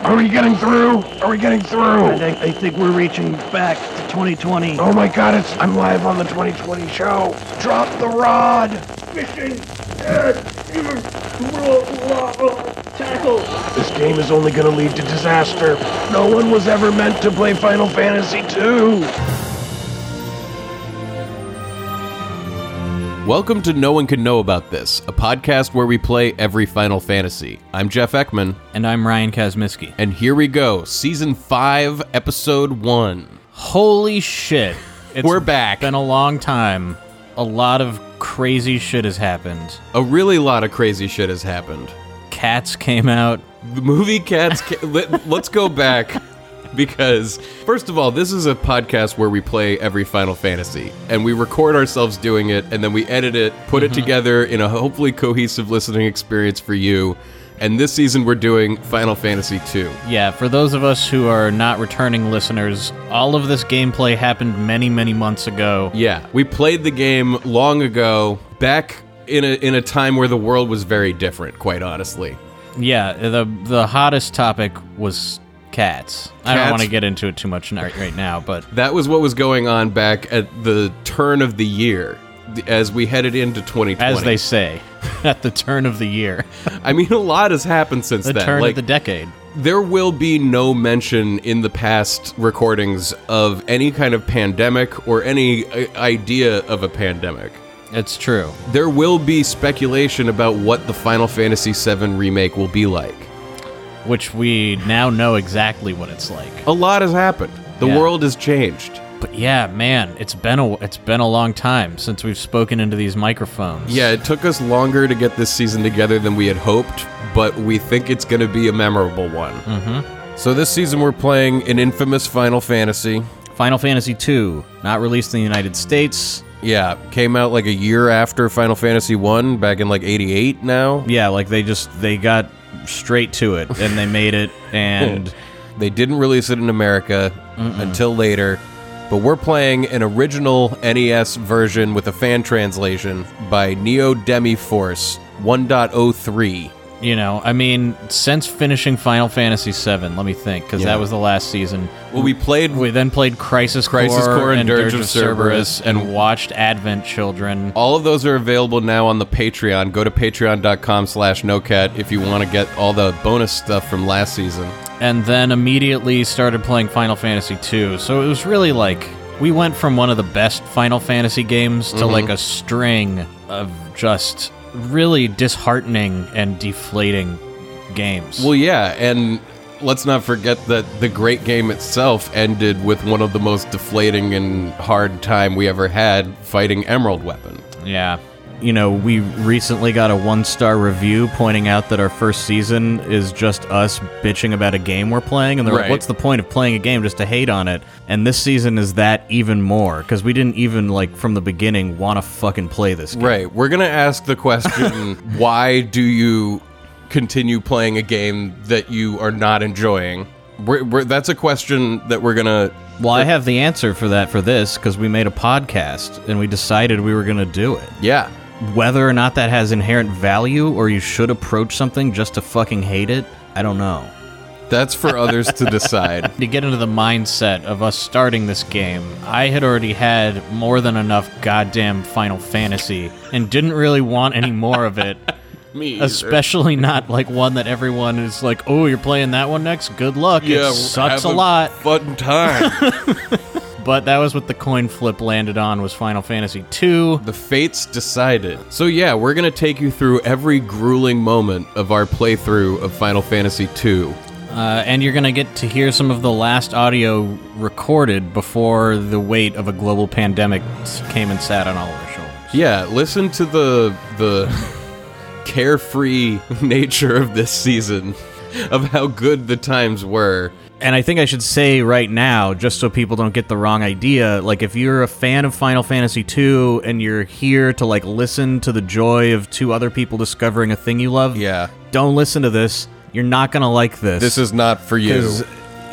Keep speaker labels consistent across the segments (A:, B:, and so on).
A: Are we getting through? Are we getting
B: And
A: through?
B: I, I think we're reaching back to 2020.
A: Oh my god, it's I'm live on the 2020 show. Drop the rod.
C: Fishing. Uh, tackle.
A: This game is only going to lead to disaster. No one was ever meant to play Final Fantasy 2.
D: Welcome to No One Can Know About This, a podcast where we play every Final Fantasy. I'm Jeff Ekman,
E: And I'm Ryan Kazmiski.
D: and here we go, Season 5, Episode 1.
E: Holy shit. It's
D: We're back.
E: been a long time. A lot of crazy shit has happened.
D: A really lot of crazy shit has happened.
E: Cats came out.
D: The movie Cats. Ca- let, let's go back because, first of all, this is a podcast where we play every Final Fantasy and we record ourselves doing it and then we edit it, put it together in a hopefully cohesive listening experience for you. And this season we're doing Final Fantasy 2.
E: Yeah, for those of us who are not returning listeners, all of this gameplay happened many, many months ago.
D: Yeah, we played the game long ago, back in a in a time where the world was very different, quite honestly.
E: Yeah, the the hottest topic was cats. I don't
D: Cats?
E: want to get into it too much n- right now, but
D: That was what was going on back at the turn of the year th- as we headed into 2020.
E: as they say, at the turn of the year,
D: I mean, a lot has happened since
E: the
D: then.
E: turn
D: like,
E: of the decade.
D: there will be no mention in the past recordings of any kind of pandemic or any uh, idea of a pandemic.
E: It's true.
D: There will be speculation about what the Final Fantasy VII remake will be like.
E: Which we now know exactly what it's like.
D: A lot has happened. The
E: Yeah.
D: world has changed.
E: But yeah, man, it's been a it's been a long time since we've spoken into these microphones.
D: Yeah, it took us longer to get this season together than we had hoped, but we think it's going to be a memorable one. Mm-hmm. So this season we're playing an infamous Final Fantasy.
E: Final Fantasy II, not released in the United States.
D: Yeah, came out like a year after Final Fantasy 1 back in like 88 now.
E: Yeah, like they just they got straight to it and they made it and
D: They didn't release it in America until later, but we're playing an original NES version with a fan translation by Neo Demi Force 1.03.
E: you know, I mean, since finishing Final Fantasy VII, let me think cuz that was the last season.
D: Well, we played
E: We then played Crisis,
D: Crisis
E: Core,
D: Core and
E: Dirge of Cerberus and watched Advent Children.
D: All of those are available now on the Patreon. Go to patreon.com slash nocat if you want to get all the bonus stuff from last season.
E: and then immediately started playing Final Fantasy II. So it was really like we went from one of the best Final Fantasy games to like a string of just really disheartening and deflating games.
D: Well, yeah, and let's not forget that the great game itself ended with one of the most deflating and hard time we ever had fighting Emerald Weapon.
E: yeah. You know, we recently got a one star review pointing out that our first season is just us bitching about a game we're playing. And they're
D: Right.
E: like, what's the point of playing a game just to hate on it? And this season is that even more because we didn't even, like, from the beginning want to fucking play this game.
D: Right, we're going to ask the question why do you continue playing a game that you are not enjoying? We're, we're, that's a question that we're going to
E: Well, I have the answer for that for this because we made a podcast and we decided we were going to do it.
D: yeah
E: Whether or not that has inherent value or you should approach something just to fucking hate it, I don't know.
D: that's for others to decide
E: To get into the mindset of us starting this game, I had already had more than enough goddamn Final Fantasy and didn't really want any more of it.
D: me
E: Especially not like one that everyone is like, oh, you're playing that one next? Good luck. it sucks a lot.
D: Fun time.
E: But that was what the coin flip landed on was Final Fantasy 2.
D: the fates decided. So yeah, we're gonna take you through every grueling moment of our playthrough of Final Fantasy II.
E: Uh, and you're going to get to hear some of the last audio recorded before the weight of a global pandemic s- came and sat on all of our shoulders.
D: Yeah, listen to the the carefree nature of this season, of how good the times were.
F: And I think I should say right now, just so people don't get the wrong idea, like if you're a fan of Final Fantasy II and you're here to like listen to the joy of two other people discovering a thing you love,
D: Yeah,
F: don't listen to this. You're not gonna like this.
D: this is not for you.
F: 'Cause,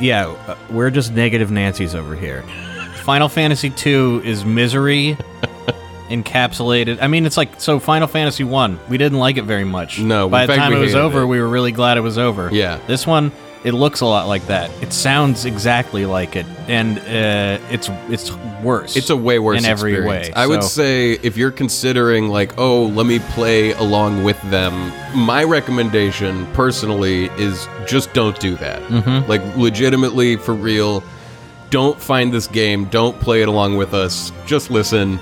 F: yeah, uh, we're just negative Nancys over here.
E: Final Fantasy 2 is misery encapsulated. I mean, it's like, so Final Fantasy 1, we didn't like it very much.
D: No, in
E: By the
D: fact,
E: time
D: we
E: it was
D: hated
E: over,
D: it.
E: we were really glad it was over.
D: Yeah.
E: This one, It looks a lot like that. It sounds exactly like it, and uh, it's it's worse.
D: It's a way worse
E: in every
D: experience.
E: way.
D: I would
E: so-
D: say if you're considering like, oh, let me play along with them, my recommendation personally is just don't do that.
E: Mm-hmm.
D: Like legitimately for real, don't find this game, don't play it along with us. Just listen.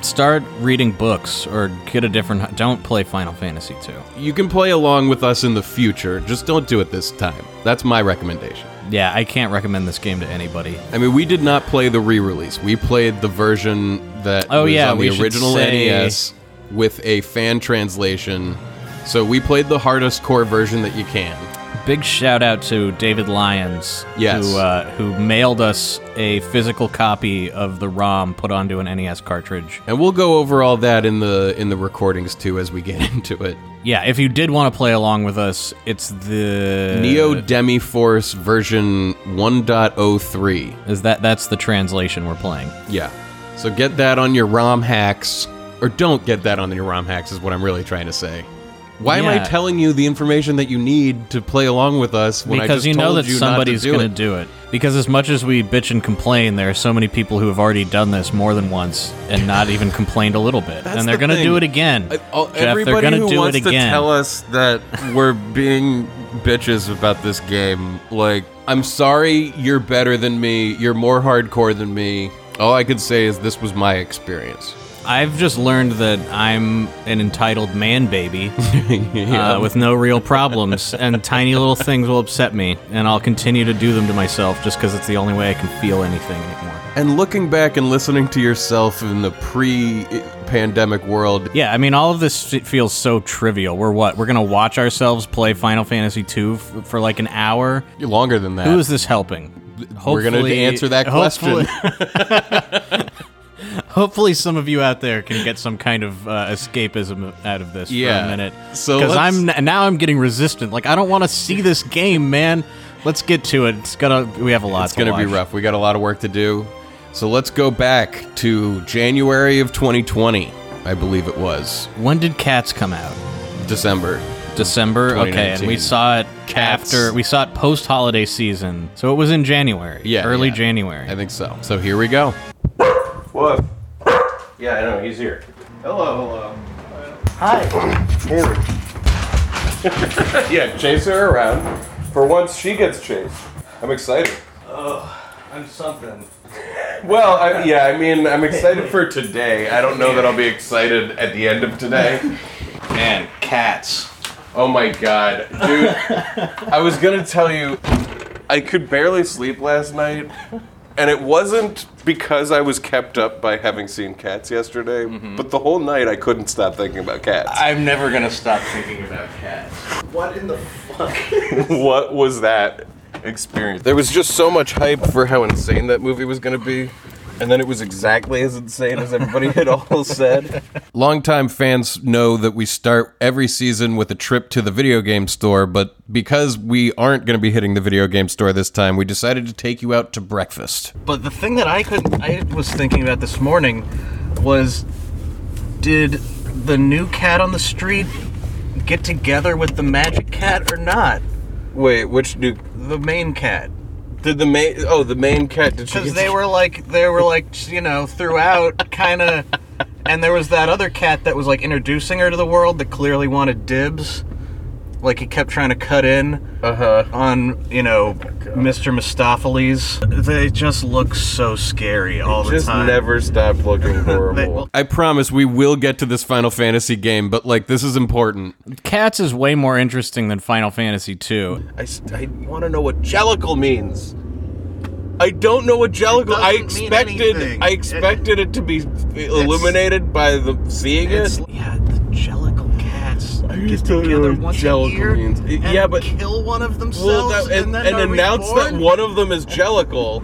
E: start reading books or get a different. Don't play Final Fantasy two.
D: You can play along with us in the future, just don't do it this time. That's my recommendation.
E: Yeah, I can't recommend this game to anybody.
D: I mean, we did not play the re-release. We played the version that
E: Oh,
D: was
E: yeah,
D: on
E: we
D: the
E: should
D: original
E: say-
D: NES with a fan translation. So we played the hardest core version that you can.
E: Big shout out to David Lyons,
D: Yes.
E: who uh, who mailed us a physical copy of the ROM put onto an NES cartridge.
D: And we'll go over all that in the in the recordings too as we get into it.
E: Yeah, if you did want to play along with us, it's the
D: Neo Demi Force version 1.03.
E: Is that that's the translation we're playing?
D: Yeah. So get that on your ROM hacks or don't get that on your ROM hacks is what I'm really trying to say. Why am I
E: Yeah.
D: telling you the information that you need to play along with us when I
E: because
D: just
E: you know
D: told
E: that
D: you
E: somebody's
D: not to do
E: going
D: it?
E: to do it. Because as much as we bitch and complain, there are so many people who have already done this more than once and not even complained a little bit,
D: That's
E: and they're
D: the
E: gonna
D: thing.
E: do it again.
D: I- all-
E: Jeff, they're
D: everybody
E: gonna
D: who
E: do
D: wants
E: it again.
D: to tell us that we're being bitches about this game, like, I'm sorry, you're better than me. You're more hardcore than me. All I could say is this was my experience.
E: I've just learned that I'm an entitled man baby uh, with no real problems, and tiny little things will upset me, and I'll continue to do them to myself just because it's the only way I can feel anything anymore.
D: And looking back and listening to yourself in the pre-pandemic world,
E: Yeah, I mean, all of this f- feels so trivial. We're what? We're gonna watch ourselves play Final Fantasy II f- for like an hour.
D: you're longer than that.
E: Who is this helping?
D: We're gonna
E: Hopefully-
D: answer that
E: hopefully-
D: question.
E: Hopefully, some of you out there can get some kind of uh, escapism out of this
D: Yeah.
E: for a minute.
D: So
E: because
D: let's-
E: I'm n- now I'm getting resistant. Like I don't want to see this game, man. Let's get to it. It's gonna. We have a lot.
D: It's going to be
E: watch.
D: rough. We got a lot of work to do. So let's go back to January of 2020, I believe it was.
E: When did Cats come out?
D: December.
E: December. Okay, and we
D: 2019.
E: saw it
D: Cats.
E: after we saw it post holiday season. So it was in January.
D: Yeah,
E: early
D: yeah.
E: January.
D: I think so. So here we go. What? Yeah, I know. He's here. Hello, hello. Hi. yeah, chase her around. For once, she gets chased. I'm excited.
B: I'm something.
D: Well, I, yeah, I mean, I'm excited for today. I don't know that I'll be excited at the end of today.
B: Man, cats.
D: Oh my god, dude! I was gonna tell you, I could barely sleep last night, and it wasn't because I was kept up by having seen cats yesterday, but the whole night I couldn't stop thinking about cats.
B: Mm-hmm. I'm never gonna stop thinking about cats.
D: what was that experience? There was just so much hype for how insane that movie was going to be. And then it was exactly as insane as everybody had all said. Longtime fans know that we start every season with a trip to the video game store, but because we aren't going to be hitting the video game store this time, we decided to take you out to breakfast.
B: But the thing that I could I was thinking about this morning was did the new cat on the street get together with the magic cat or not?
D: Wait, which new?
B: The main cat.
D: Did the main? Oh, the main cat. Did she?
B: Cuz they were like they were like, you know, throughout kind of and there was that other cat that was like introducing her to the world that clearly wanted dibs. Like he kept trying to cut in
D: Uh huh.
B: on, you know,
D: Oh
B: Mr. Mistopheles. They just look so scary all the
G: just
B: time.
G: never stopped looking horrible.
D: I promise we will get to this Final Fantasy game, but like this is important.
E: Cats is way more interesting than Final Fantasy II.
G: I, s- I want to know what jellicle means. I don't know what jellicle. I
B: doesn't mean
G: expected.
B: anything.
G: I expected it to be illuminated by the seeing it.
B: It's yeah, the Jellicle cats get
G: don't know
B: together
G: what
B: once a
G: Jellicle
B: year
G: means.
B: and
G: Yeah, but-
B: kill one of
G: Well,
B: themselves
G: that-
B: and,
G: and,
B: then
G: and
B: are
G: announced that
B: reborn?
G: one of them is jellicle.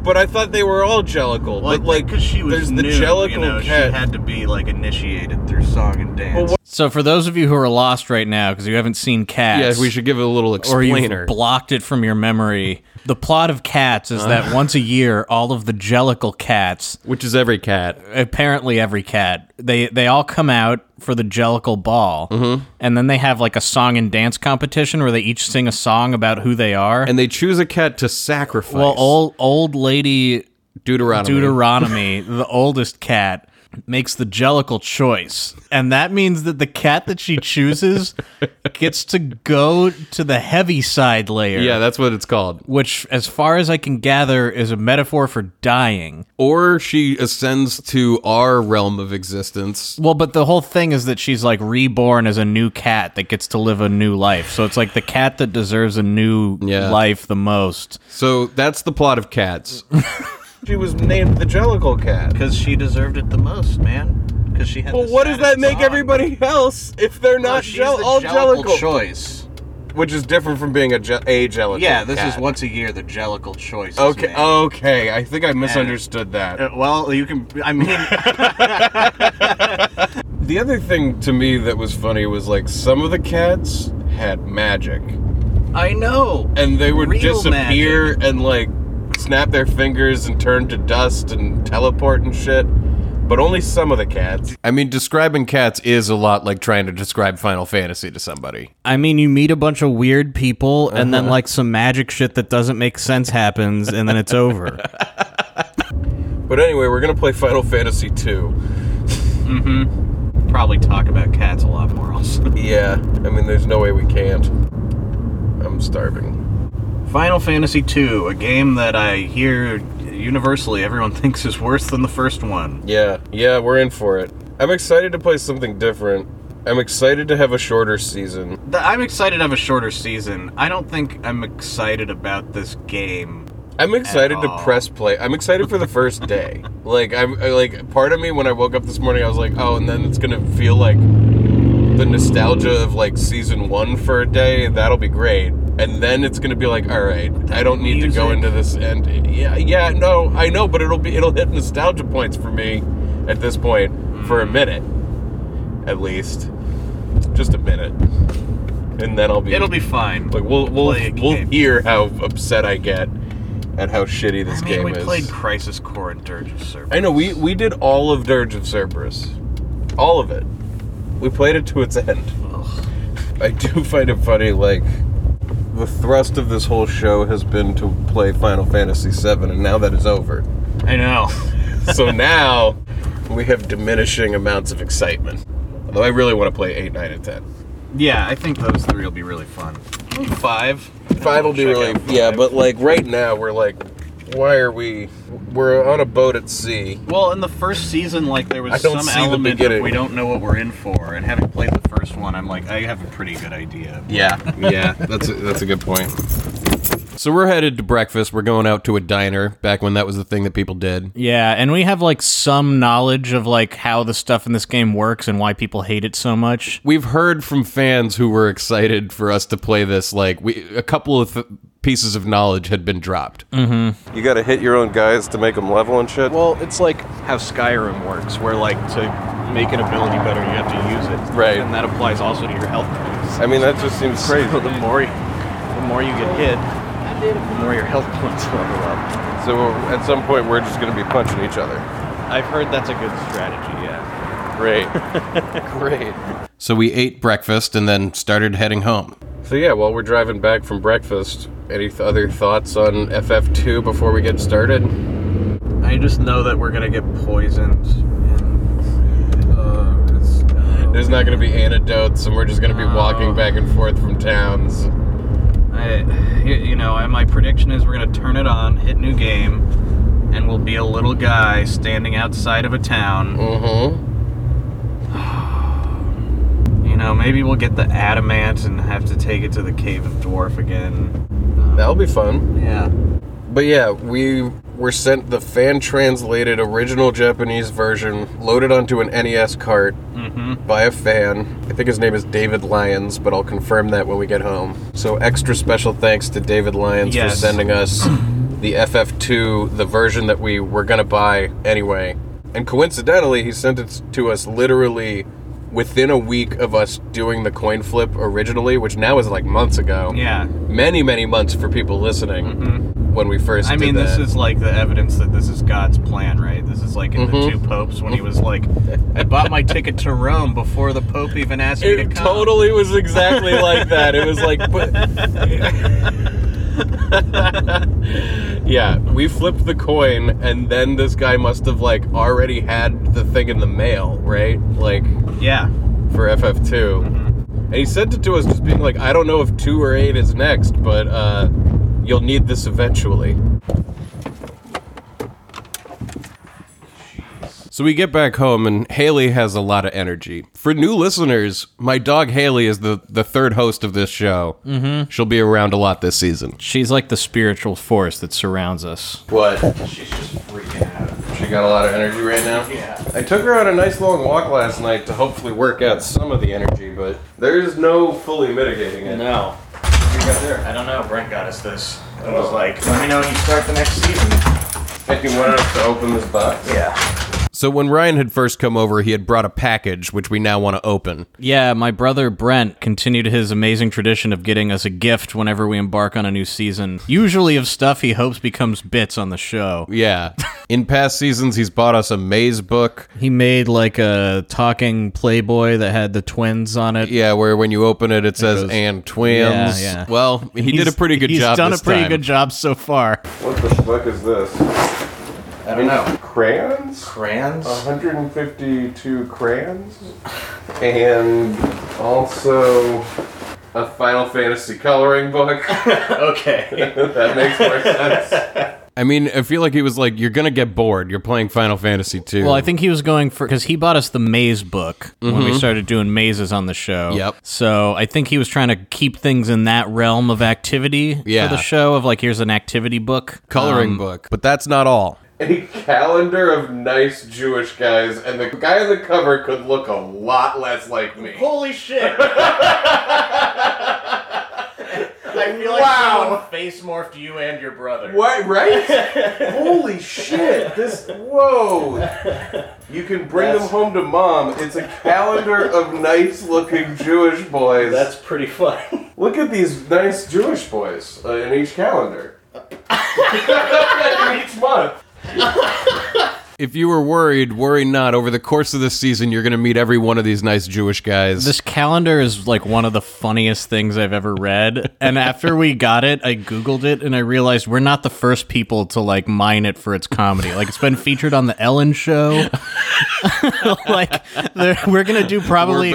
G: But I thought they were all jellicle.
B: Well,
G: but like,
B: because she was
G: there's
B: new,
G: the jellicle
B: you know,
G: cat.
B: she had to be like initiated through song and dance.
E: So for those of you who are lost right now because you haven't seen Cats,
D: Yeah, we should give it a little
E: or you
D: explainer.
E: have blocked it from your memory. The plot of Cats is that once a year, all of the Jellicle cats,
D: which is every cat.
E: apparently every cat, they they all come out
H: for the Jellicle Ball, mm-hmm. and then they have like a song and dance competition where they each sing a song about who they are.
I: and they choose a cat to sacrifice.
H: well, old old lady
I: Deuteronomy.
H: Deuteronomy, the oldest cat, makes the Jellicle choice, and that means that the cat that she chooses gets to go to the heavy side layer.
I: yeah, that's what it's called.
H: Which, as far as I can gather, is a metaphor for dying.
I: Or she ascends to our realm of existence.
H: Well, but the whole thing is that she's like reborn as a new cat that gets to live a new life. So it's like the cat that deserves a new
I: Yeah.
H: life the most.
I: So that's the plot of Cats.
D: She was named the Jellicle Cat.
E: because she deserved it the most, man. Because she had.
D: Well,
E: the
D: what does that
E: saddest
D: make
E: song.
D: everybody else if they're
E: No,
D: not
E: she's
D: jell-
E: the
D: all
E: Jellicle
D: Jellicle?
E: choice.
D: Which is different from being a, je- a Jellicle
E: Yeah, this
D: cat.
E: is once a year the Jellicle choice. is
D: Okay, oh,
E: made.
D: okay. I think I misunderstood that.
E: Uh, well, you can. I mean,
D: The other thing to me that was funny was like some of the cats had magic
E: I know.
D: and they would
E: Real
D: disappear and like snap their fingers and turn to dust and teleport and shit. But only some of the cats.
I: I mean, describing Cats is a lot like trying to describe Final Fantasy to somebody.
J: I mean, you meet a bunch of weird people, and then like some magic shit that doesn't make sense happens, and then it's over.
D: But anyway, we're gonna play Final Fantasy 2.
E: Probably talk about cats a lot more. Also,
D: Yeah, I mean, there's no way we can't. I'm starving.
E: Final Fantasy II, a game that I hear universally everyone thinks is worse than the first one.
D: Yeah, yeah, we're in for it. I'm excited to play something different. I'm excited to have a shorter season.
E: Th- I'm excited to have a shorter season. I don't think I'm excited about this game.
D: I'm excited to
E: all.
D: press play. I'm excited for the first day. like I'm I- like part of me when I woke up this morning, I was like, oh, and then it's gonna feel like the nostalgia of like season one for a day. That'll be great. And then it's gonna be like, all right, I don't need to go
E: music.
D: into this. And yeah, yeah, no, I know, but it'll be it'll hit nostalgia points for me at this point for a
E: Mm.
D: minute, at least, just a minute, and then I'll be
E: It'll be fine.
D: like we'll we'll,
E: Play a
D: we'll
E: game.
D: hear how upset I get at how shitty this
E: I mean,
D: game
E: we
D: is.
E: played Crisis Core and Dirge of Cerberus.
D: I know we we did all of Dirge of Cerberus, all of it. We played it to its end. I do find it funny, like the thrust of this whole show has been to play Final Fantasy VII, and now that is over.
E: I know.
D: so now we have diminishing amounts of excitement. Although I really want to play eight, nine, and ten.
E: Yeah, I think those three will be really fun. Five.
D: Five will be
E: Check
D: really
E: out five.
D: yeah, but like right now we're like, why are we? We're on a boat at sea.
E: Well, in the first season, like there was
D: I don't
E: some
D: see the
E: element
D: beginning.
E: of we don't know what we're in for, and having played the first one, I'm like, I have a pretty good idea.
D: Yeah, yeah, that's a, that's a good point.
I: So we're headed to breakfast. We're going out to a diner back when that was the thing that people did.
H: Yeah, and we have like some knowledge of like how the stuff in this game works and why people hate it so much.
I: We've heard from fans who were excited for us to play this. Like, we a couple of th- pieces of knowledge had been dropped.
D: Mm-hmm. You got to hit your own guys to make them level and shit.
K: Well, it's like how Skyrim works, where like to make an ability better, you have to use it.
D: Right.
K: And that applies also to your health. points.
D: I mean, that just seems crazy.
K: So the more, you- the more you get hit, the more your health points level up.
D: So at some point we're just gonna be punching each other.
K: I've heard that's a good strategy. Yeah.
D: Great, great.
I: So we ate breakfast and then started heading home.
D: So yeah, while we're driving back from breakfast, any th- other thoughts on FF2 before we get started?
E: I just know that we're gonna get poisoned.
D: There's not gonna be antidotes, and we're just gonna be walking back and forth from towns.
E: I, you know, I- my prediction is we're gonna turn it on, hit new game, and we'll be a little guy standing outside of a town.
D: Mm-hmm.
E: You know, maybe we'll get the adamant and have to take it to the cave of dwarf again.
D: That'll be fun.
E: Yeah.
D: But yeah, we were sent the fan translated original Japanese version loaded onto an NES cart
E: Mm-hmm.
D: by a fan. I think his name is David Lyons, but I'll confirm that when we get home. So extra special thanks to David Lyons for
E: Yes.
D: sending us the FF2, the version that we were going to buy anyway. And coincidentally, he sent it to us literally within a week of us doing the coin flip originally, which now is like months ago
E: Yeah.
D: many many months for people listening when we first.
L: Mm-hmm. I
D: did
L: mean, this
D: that.
L: is like the evidence that this is God's plan, right? This is like in
D: Mm-hmm.
L: the two popes when he was like, "I bought my ticket to Rome before the pope even asked me to
D: It
L: come."
D: totally was exactly like that. It was like, but yeah, we flipped the coin, and then this guy must have like already had the thing in the mail, right? Like
L: Yeah,
D: for FF2,
M: Mm-hmm.
D: and he sent it to us just being like, I don't know if two or eight is next, but uh, you'll need this eventually.
M: So we get back home, and Haley has a lot of energy. For new listeners, my dog Haley is the, the third host of this show. Mm-hmm. She'll be around a lot this season.
E: She's like the spiritual force that surrounds us.
D: What? She's just freaking out. She got a lot of energy right now? Yeah. I took her on a nice long walk last night to hopefully work out some of the energy, but there's no fully mitigating it.
L: no,
D: You got there.
L: I don't know. Brent got us this. I was like, "Let me know when you start the next season."
D: Think you wanted us to open this box?
L: Yeah,
M: So when Ryan had first come over, he had brought a package, which we now want to open.
E: Yeah, my brother Brent continued his amazing tradition of getting us a gift whenever we embark on a new season, usually of stuff he hopes becomes bits on the show.
M: Yeah. In past seasons, he's bought us a maze book.
N: He made like a talking Playboy that had the twins on it.
M: Yeah, where when you open it, it says
N: goes-
M: "and twins."
N: Yeah, yeah.
M: Well, he did a
N: He's-
M: pretty good
N: he's
M: job.
N: done
M: this
N: a pretty
M: time.
N: good job so far.
D: What the fuck is this?
L: I don't know.
D: Crayons?
L: Crayons.
D: 152 crayons? And also a Final Fantasy coloring book.
L: Okay.
D: that makes more sense.
M: I mean, I feel like he was like, "You're gonna get bored. You're playing Final Fantasy 2.
E: Well, I think he was going for because he bought us the maze book when we started doing mazes on the show.
M: Mm-hmm. Yep.
E: So I think he was trying to keep things in that realm of activity
M: Yeah.
E: for the show of like here's an activity book.
M: coloring
E: Um,
M: book, but that's not all.
D: a calendar of nice Jewish guys, and the guy on the cover could look a lot less like me.
L: Holy shit! I feel like
D: Wow.
L: someone face morphed you and your brother.
D: What, right? Holy shit! This, whoa! You can bring them
L: That's-
D: home to mom. It's a calendar of nice looking Jewish boys.
L: That's pretty fun.
D: Look at these nice Jewish boys uh, in each calendar. in each month.
M: If you were worried, worry not. Over the course of this season, you're gonna meet every one of these nice Jewish guys.
E: This calendar is like one of the funniest things I've ever read. And after we got it, I googled it and I realized we're not the first people to like mine it for its comedy. Like it's been featured on the Ellen show. like they're- we're going to do probably
M: We're becoming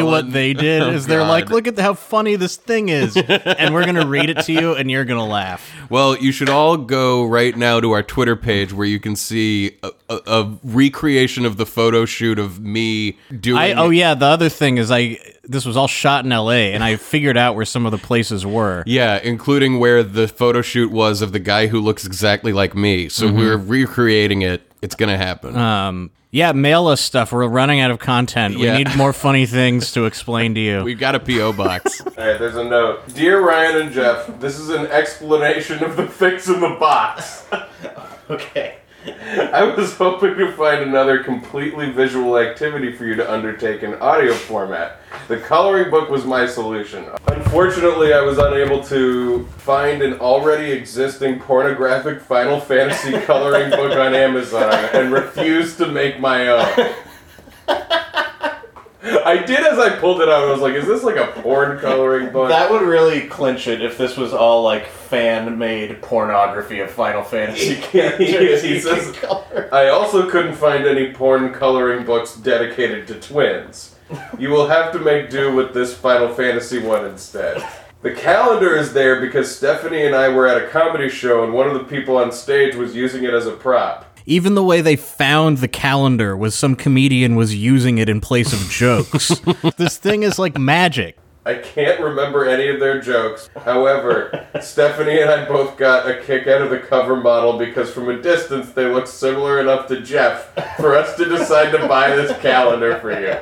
M: Ellen. Oh,
E: what they did is they're
M: God.
E: like, "Look at how funny this thing is." And we're going to read it to you and you're going to laugh.
M: Well, you should all go right now to our Twitter page where you can see a, a, a recreation of the photo shoot of me doing.
E: I oh yeah, the other thing is I this was all shot in LA and I figured out where some of the places were.
M: Yeah, including where the photo shoot was of the guy who looks exactly like me. So
E: Mm-hmm.
M: we're recreating it. It's gonna happen.
E: Um, yeah, mail us stuff. We're running out of content.
M: Yeah.
E: We need more funny things to explain to you.
M: We've got a PO box.
D: Alright, there's a note. Dear Ryan and Jeff, this is an explanation of the things in the box.
L: Okay.
D: I was hoping to find another completely visual activity for you to undertake in audio format. The coloring book was my solution. Unfortunately, I was unable to find an already existing pornographic Final Fantasy coloring book on Amazon and refused to make my own. I did as I pulled it out. I was like, "Is this like a porn coloring book?"
L: That would really clinch it if this was all like fan made pornography of Final Fantasy characters.
D: He
L: you can
D: says-
L: color.
D: I also couldn't find any porn coloring books dedicated to twins. You will have to make do with this Final Fantasy one instead. The calendar is there because Stephanie and I were at a comedy show and one of the people on stage was using it as a prop.
N: Even the way they found the calendar was some comedian was using it in place of jokes.
E: this thing is like magic.
D: I can't remember any of their jokes. However, Stephanie and I both got a kick out of the cover model because from a distance they looked similar enough to Jeff for us to decide to buy this calendar for you.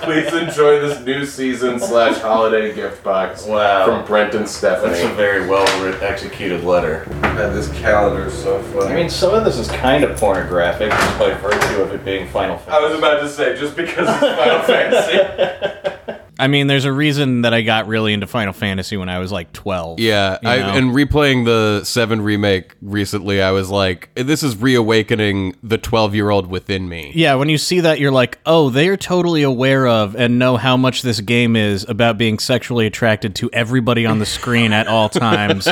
D: Please enjoy this new season slash holiday gift box
L: Wow.
D: from Brent and
L: That's a
D: Stephanie.
L: very well writ- executed letter.
D: God, this calendar is so funny.
L: I mean, some of this is kind of pornographic just by virtue of it being Final
D: I
L: Fantasy.
D: was about to say just because it's Final Fantasy.
O: I mean, there's a reason that I got really into Final Fantasy when I was like 12.
D: Yeah,
O: you
D: I,
O: know?
D: and replaying the seven remake recently, I was like, "This is reawakening the twelve-year-old within me."
O: Yeah, when you see that, you're like, oh, they're totally aware of and know how much this game is about being sexually attracted to everybody on the screen at all times.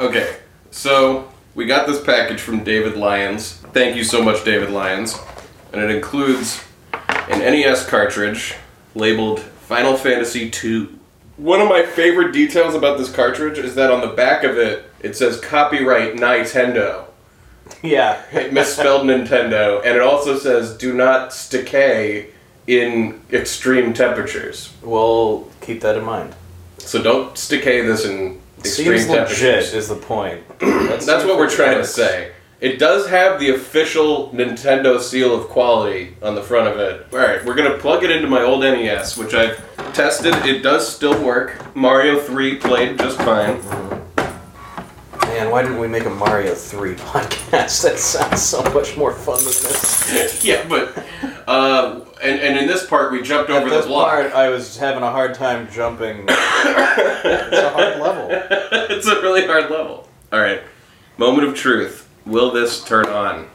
D: Okay, so we got this package from David Lyons. Thank you so much, David Lyons. And it includes an NES cartridge labeled Final Fantasy II. One of my favorite details about this cartridge is that on the back of it, it says copyright Nintendo.
B: Yeah.
D: It misspelled Nintendo, and it also says do not decay in extreme temperatures.
B: Well, keep that in mind.
D: So don't decay this in extreme
B: Seems
D: temperatures.
B: legit is the point. That's,
D: That's what we're trying to say. It does have the official Nintendo seal of quality on the front of it. Alright, we're gonna plug it into my old NES, which I've tested. It does still work. Mario 3 played just fine.
B: Man, why didn't we make a Mario 3 podcast? That sounds so much more fun than this.
D: yeah, but. Uh, and, and in this part, we jumped over the
B: This
D: block.
B: part, I was having a hard time jumping. it's a hard level.
D: it's a really hard level. Alright, moment of truth. Will this turn on?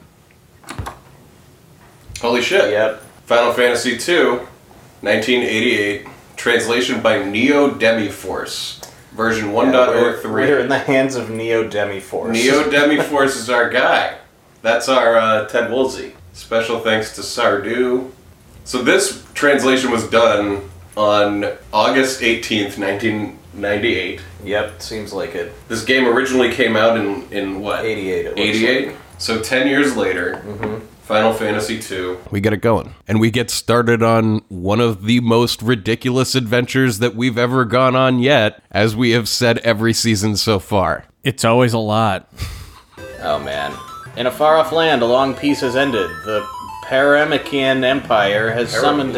D: Holy shit.
B: Yep.
D: Final Fantasy II, 1988, translation by Neo Demiforce, version
B: we're, we're
D: 1.03.
B: in the hands of Neo Demi Force.
D: Neo Demiforce is our guy. That's our uh, Ted Woolsey. Special thanks to Sardu. So this translation was done on August 18th, 1998.
B: Yep, seems like it.
D: This game originally came out in, in what?
B: 88. It looks Mm-hmm.
D: 88? So 10 years later, Final Fantasy II. We get it going. And we get started on one of the most ridiculous adventures that we've ever gone on yet, as we have said every season so far.
O: it's always a lot.
E: Oh man. In a far off land, a long peace has ended. The Paramakian Empire has summoned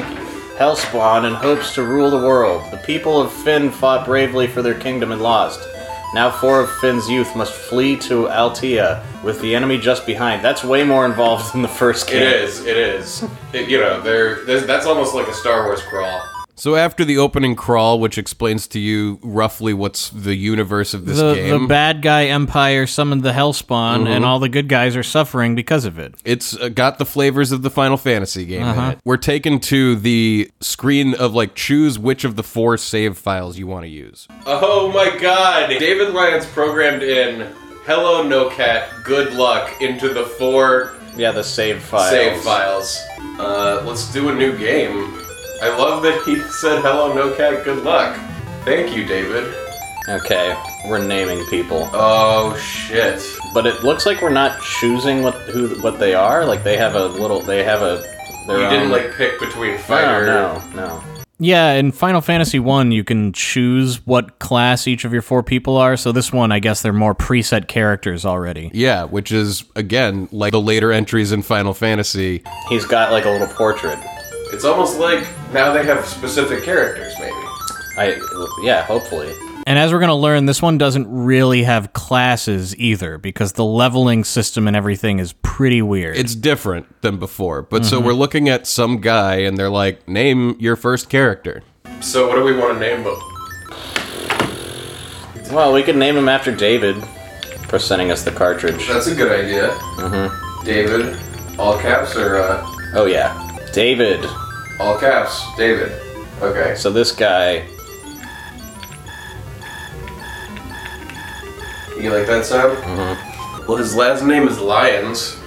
E: Hellspawn and hopes to rule the world. The people of Finn fought bravely for their kingdom and lost. Now four of Finn's youth must flee to Altia, with the enemy just behind. That's way more involved than the first game.
D: It is, it is. It- you know, there. there's- That's almost like a Star Wars crawl. So after the opening crawl, which explains to you roughly what's the universe of this
O: The,
D: game, Mm-hmm.
O: the bad guy empire summoned the Hellspawn, and all the good guys are suffering because of it.
D: It's uh, got the flavors of the Final Fantasy game in it. We're taken to the screen of like choose which of the four save files you want to use. Oh my god! David Lyons programmed in "Hello No Cat, Good Luck" into the four
E: Yeah, the save file.
D: save files. Uh, let's do a new game. I love that he said "Hello No Cat, Good Luck." Thank you, David.
E: Okay, we're naming people,
D: Oh shit!
E: but it looks like we're not choosing what who what they are. Like they have a little, they have a. Their
D: You
E: own,
D: didn't like pick between fighter.
E: Um, No, no, no.
O: Yeah, in Final Fantasy 1, you can choose what class each of your four people are. So this one, I guess they're more preset characters already.
D: Yeah, which is again like the later entries in Final Fantasy.
E: He's got like a little portrait.
D: It's almost like now they have specific characters, maybe.
E: I yeah, hopefully.
O: And as we're going to learn, this one doesn't really have classes either because the leveling system and everything is pretty weird.
D: It's different than before. But so we're looking at some guy and they're like, name your first character. So what do we want to name him?
E: Well, we could name him after David for sending us the cartridge.
D: That's a good idea. Mm-hmm. David, all caps or uh,
E: Oh yeah, David.
D: all caps, David. Okay.
E: So this guy,
D: You like that sound? Mm-hmm. Well, his last name is Lyons.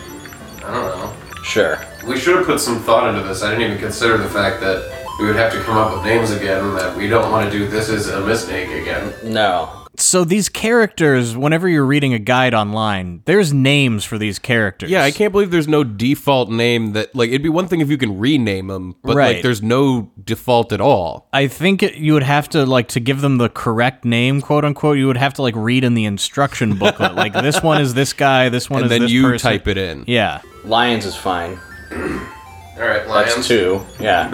D: I don't know.
E: sure.
D: We should have put some thought into this. I didn't even consider the fact that we would have to come up with names again, and that we don't want to do this is a mistake again.
E: No.
O: so these characters, whenever you're reading a guide online, there's names for these characters.
D: Yeah, I can't believe there's no default name that, like, it'd be one thing if you can rename them, but, like,
O: Right.
D: there's no default at all.
O: I think it, you would have to like to give them the correct name, quote unquote. You would have to like read in the instruction booklet, like this one is this guy, this one
D: And
O: is
D: then
O: this
D: you
O: person.
D: type it in.
O: Yeah,
E: Lions is fine.
D: All right,
E: That's two. Yeah.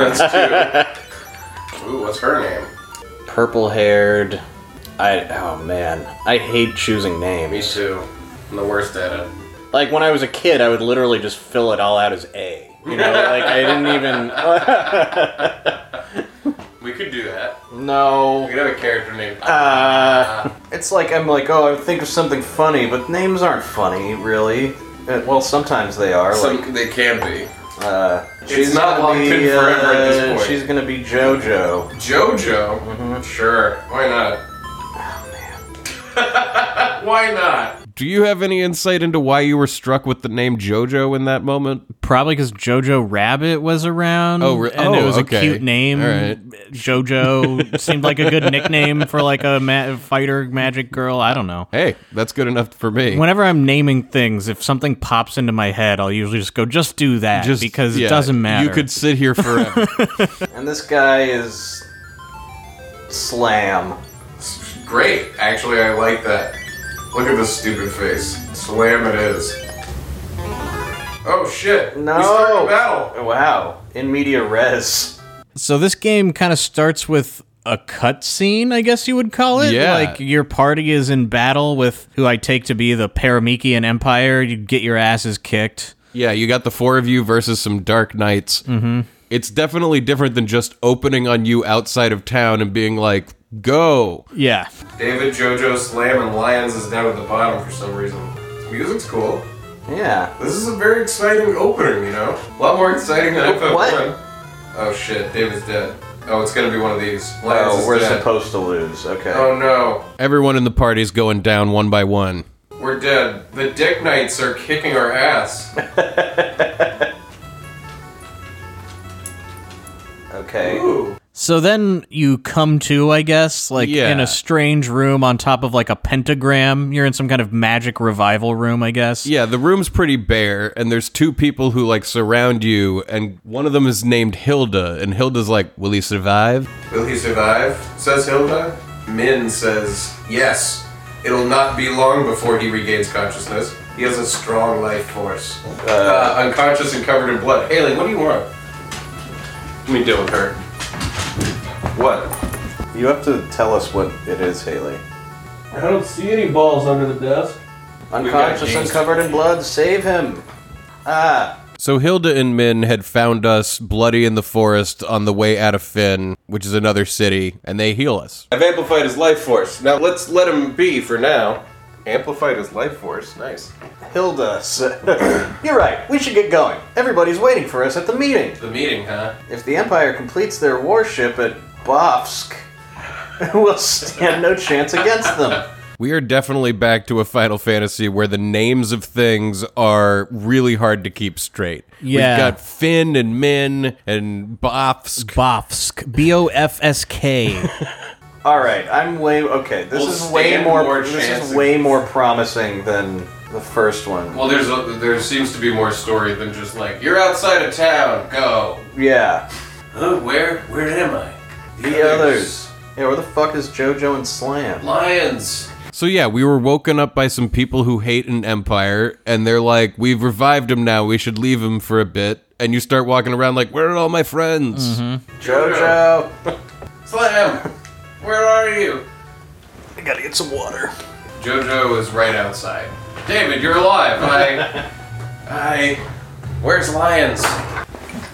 D: Ooh, what's her name?
E: Purple haired. I oh man, I hate choosing names.
D: too. I'm the worst at it.
E: Like when I was a kid, I would literally just fill it all out as A. You know, like I didn't even.
D: could do that.
E: No.
D: We could have a character named.
E: Uh, it's like I'm like, oh, I think of something funny, but names aren't funny, really. Uh, well, sometimes they are. like,
D: Some, they can be.
E: uh, she's
D: not
E: gonna
D: locked in
E: be,
D: forever at this
E: uh,
D: point.
E: She's gonna be JoJo.
D: JoJo.
O: Mm-hmm.
D: Sure. Why not? Oh man. why not? Do you have any insight into why you were struck with the name JoJo in that moment?
O: Probably because Jojo Rabbit was around.
D: Oh, re-
O: and it
D: oh,
O: was
D: okay.
O: a cute name.
D: All right.
O: Jojo seemed like a good nickname for like a ma- fighter magic girl. I don't know.
D: Hey, that's good enough for me.
O: Whenever I'm naming things, if something pops into my head, I'll usually just go, just do that
D: Just-
O: because
D: yeah,
O: it doesn't matter.
D: You could sit here forever.
E: And this guy is Slam.
L: Great. Actually, I like that. Look at this stupid face. Slam it is. Oh shit.
E: No.
L: We started a battle.
E: Wow. In media res.
O: So this game kind of starts with a cutscene, I guess you would call it.
D: Yeah.
O: Like your party is in battle with who I take to be the Paramikian Empire. You get your asses kicked.
D: yeah, you got the four of you versus some dark knights. Mm-hmm. It's definitely different than just opening on you outside of town and being like, "Go."
O: Yeah.
L: David, JoJo, Slam, and Lions is down at the bottom for some reason. Music's cool.
E: Yeah.
L: This is a very exciting opening, you know? A lot more exciting than I thought.
E: What?
L: it would. Oh shit, David's dead. Oh, it's gonna be one of these. Lions
E: Oh,
L: is
E: we're
L: dead.
E: supposed to lose. Okay.
L: Oh no,
D: Everyone in the party's going down one by one.
L: we're dead. The Dick Knights are kicking our ass.
E: Okay.
L: Ooh.
O: So then you come to, I guess, like
D: Yeah.
O: in a strange room on top of like a pentagram. You're in some kind of magic revival room, I guess.
D: Yeah, the room's pretty bare, and there's two people who like surround you, and one of them is named Hilda, and Hilda's like, "Will he survive?"
L: Will he survive? Says Hilda. Min says, yes. It'll not be long before he regains consciousness. He has a strong life force. Uh, unconscious and covered in blood. Haley, what do you want? Let me deal with her. What?
E: You have to tell us what it is, Haley.
L: I don't see any balls under the desk.
E: Unconscious and
L: James.
E: covered in blood. Save him. Ah.
D: So Hilda and Min had found us bloody in the forest on the way out of Finn, which is another city, and they heal us.
P: I've amplified his life force. Now let's let him be for now. Amplified his life force. Nice.
E: Hilda. s- You're right. We should get going. Everybody's waiting for us at the meeting.
L: The meeting, huh?
E: If the Empire completes their warship at Bofsk, we'll stand no chance against them.
D: We are definitely back to a Final Fantasy where the names of things are really hard to keep straight.
O: Yeah.
D: We've got Finn and Min and Bofsk.
O: Bofsk. B O F S K.
E: All right, I'm way okay. This
L: We'll
E: is way
L: stand
E: more.
L: more
E: this
L: chance
E: is way more promising than the first one.
L: Well, there's a, there seems to be more story than just like you're outside of town. Go.
E: Yeah,
L: Huh? Where? Where am I?
E: the others. Yeah, where the fuck is JoJo and Slam?
L: Lions.
D: So yeah, we were woken up by some people who hate an empire, and they're like, "We've revived him now. We should leave him for a bit." And you start walking around like, "Where are all my friends?"
E: Mm-hmm. JoJo.
L: Slam. Where are you?
E: I gotta get some water.
L: Jojo is right outside. David, you're alive. I. I. Where's Lions?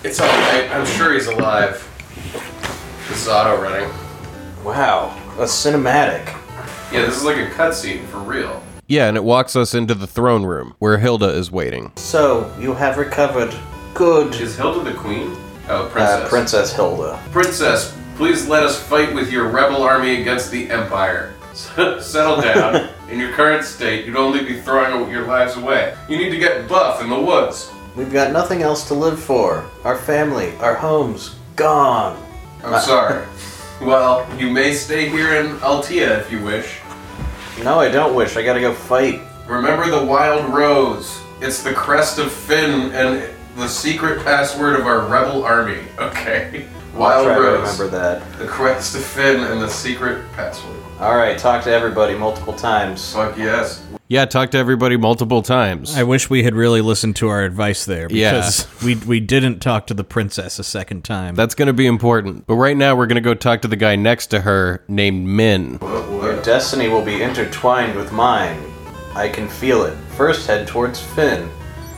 L: It's all right. I'm sure he's alive. This is auto running.
E: Wow, a cinematic.
L: Yeah, this is like a cutscene for real.
D: Yeah, and it walks us into the throne room where Hilda is waiting.
E: So you have recovered. Good.
L: Is Hilda the queen? Oh, princess.
E: Uh, Princess Hilda.
L: Princess, please let us fight with your rebel army against the Empire. Settle down. In your current state, you'd only be throwing your lives away. You need to get buff in the woods.
E: We've got nothing else to live for. Our family, our homes, gone.
L: I'm sorry. Uh, Well, you may stay here in Altia if you wish.
E: No, I don't wish. I gotta go fight.
L: Remember the Wild Rose. It's the crest of Finn and the secret password of our rebel army. Okay.
E: I'll
L: Wild
E: try to
L: Rose.
E: remember that.
L: The crest of Finn and the secret password.
E: All right, talk to everybody multiple times.
L: Fuck yes.
D: Yeah, talk to everybody multiple times.
O: I wish we had really listened to our advice there
D: Yeah.
O: because we, we didn't talk to the princess a second time.
D: That's going to be important. But right now, we're going to go talk to the guy next to her named Min.
E: Your destiny will be intertwined with mine. I can feel it. First, head towards Finn.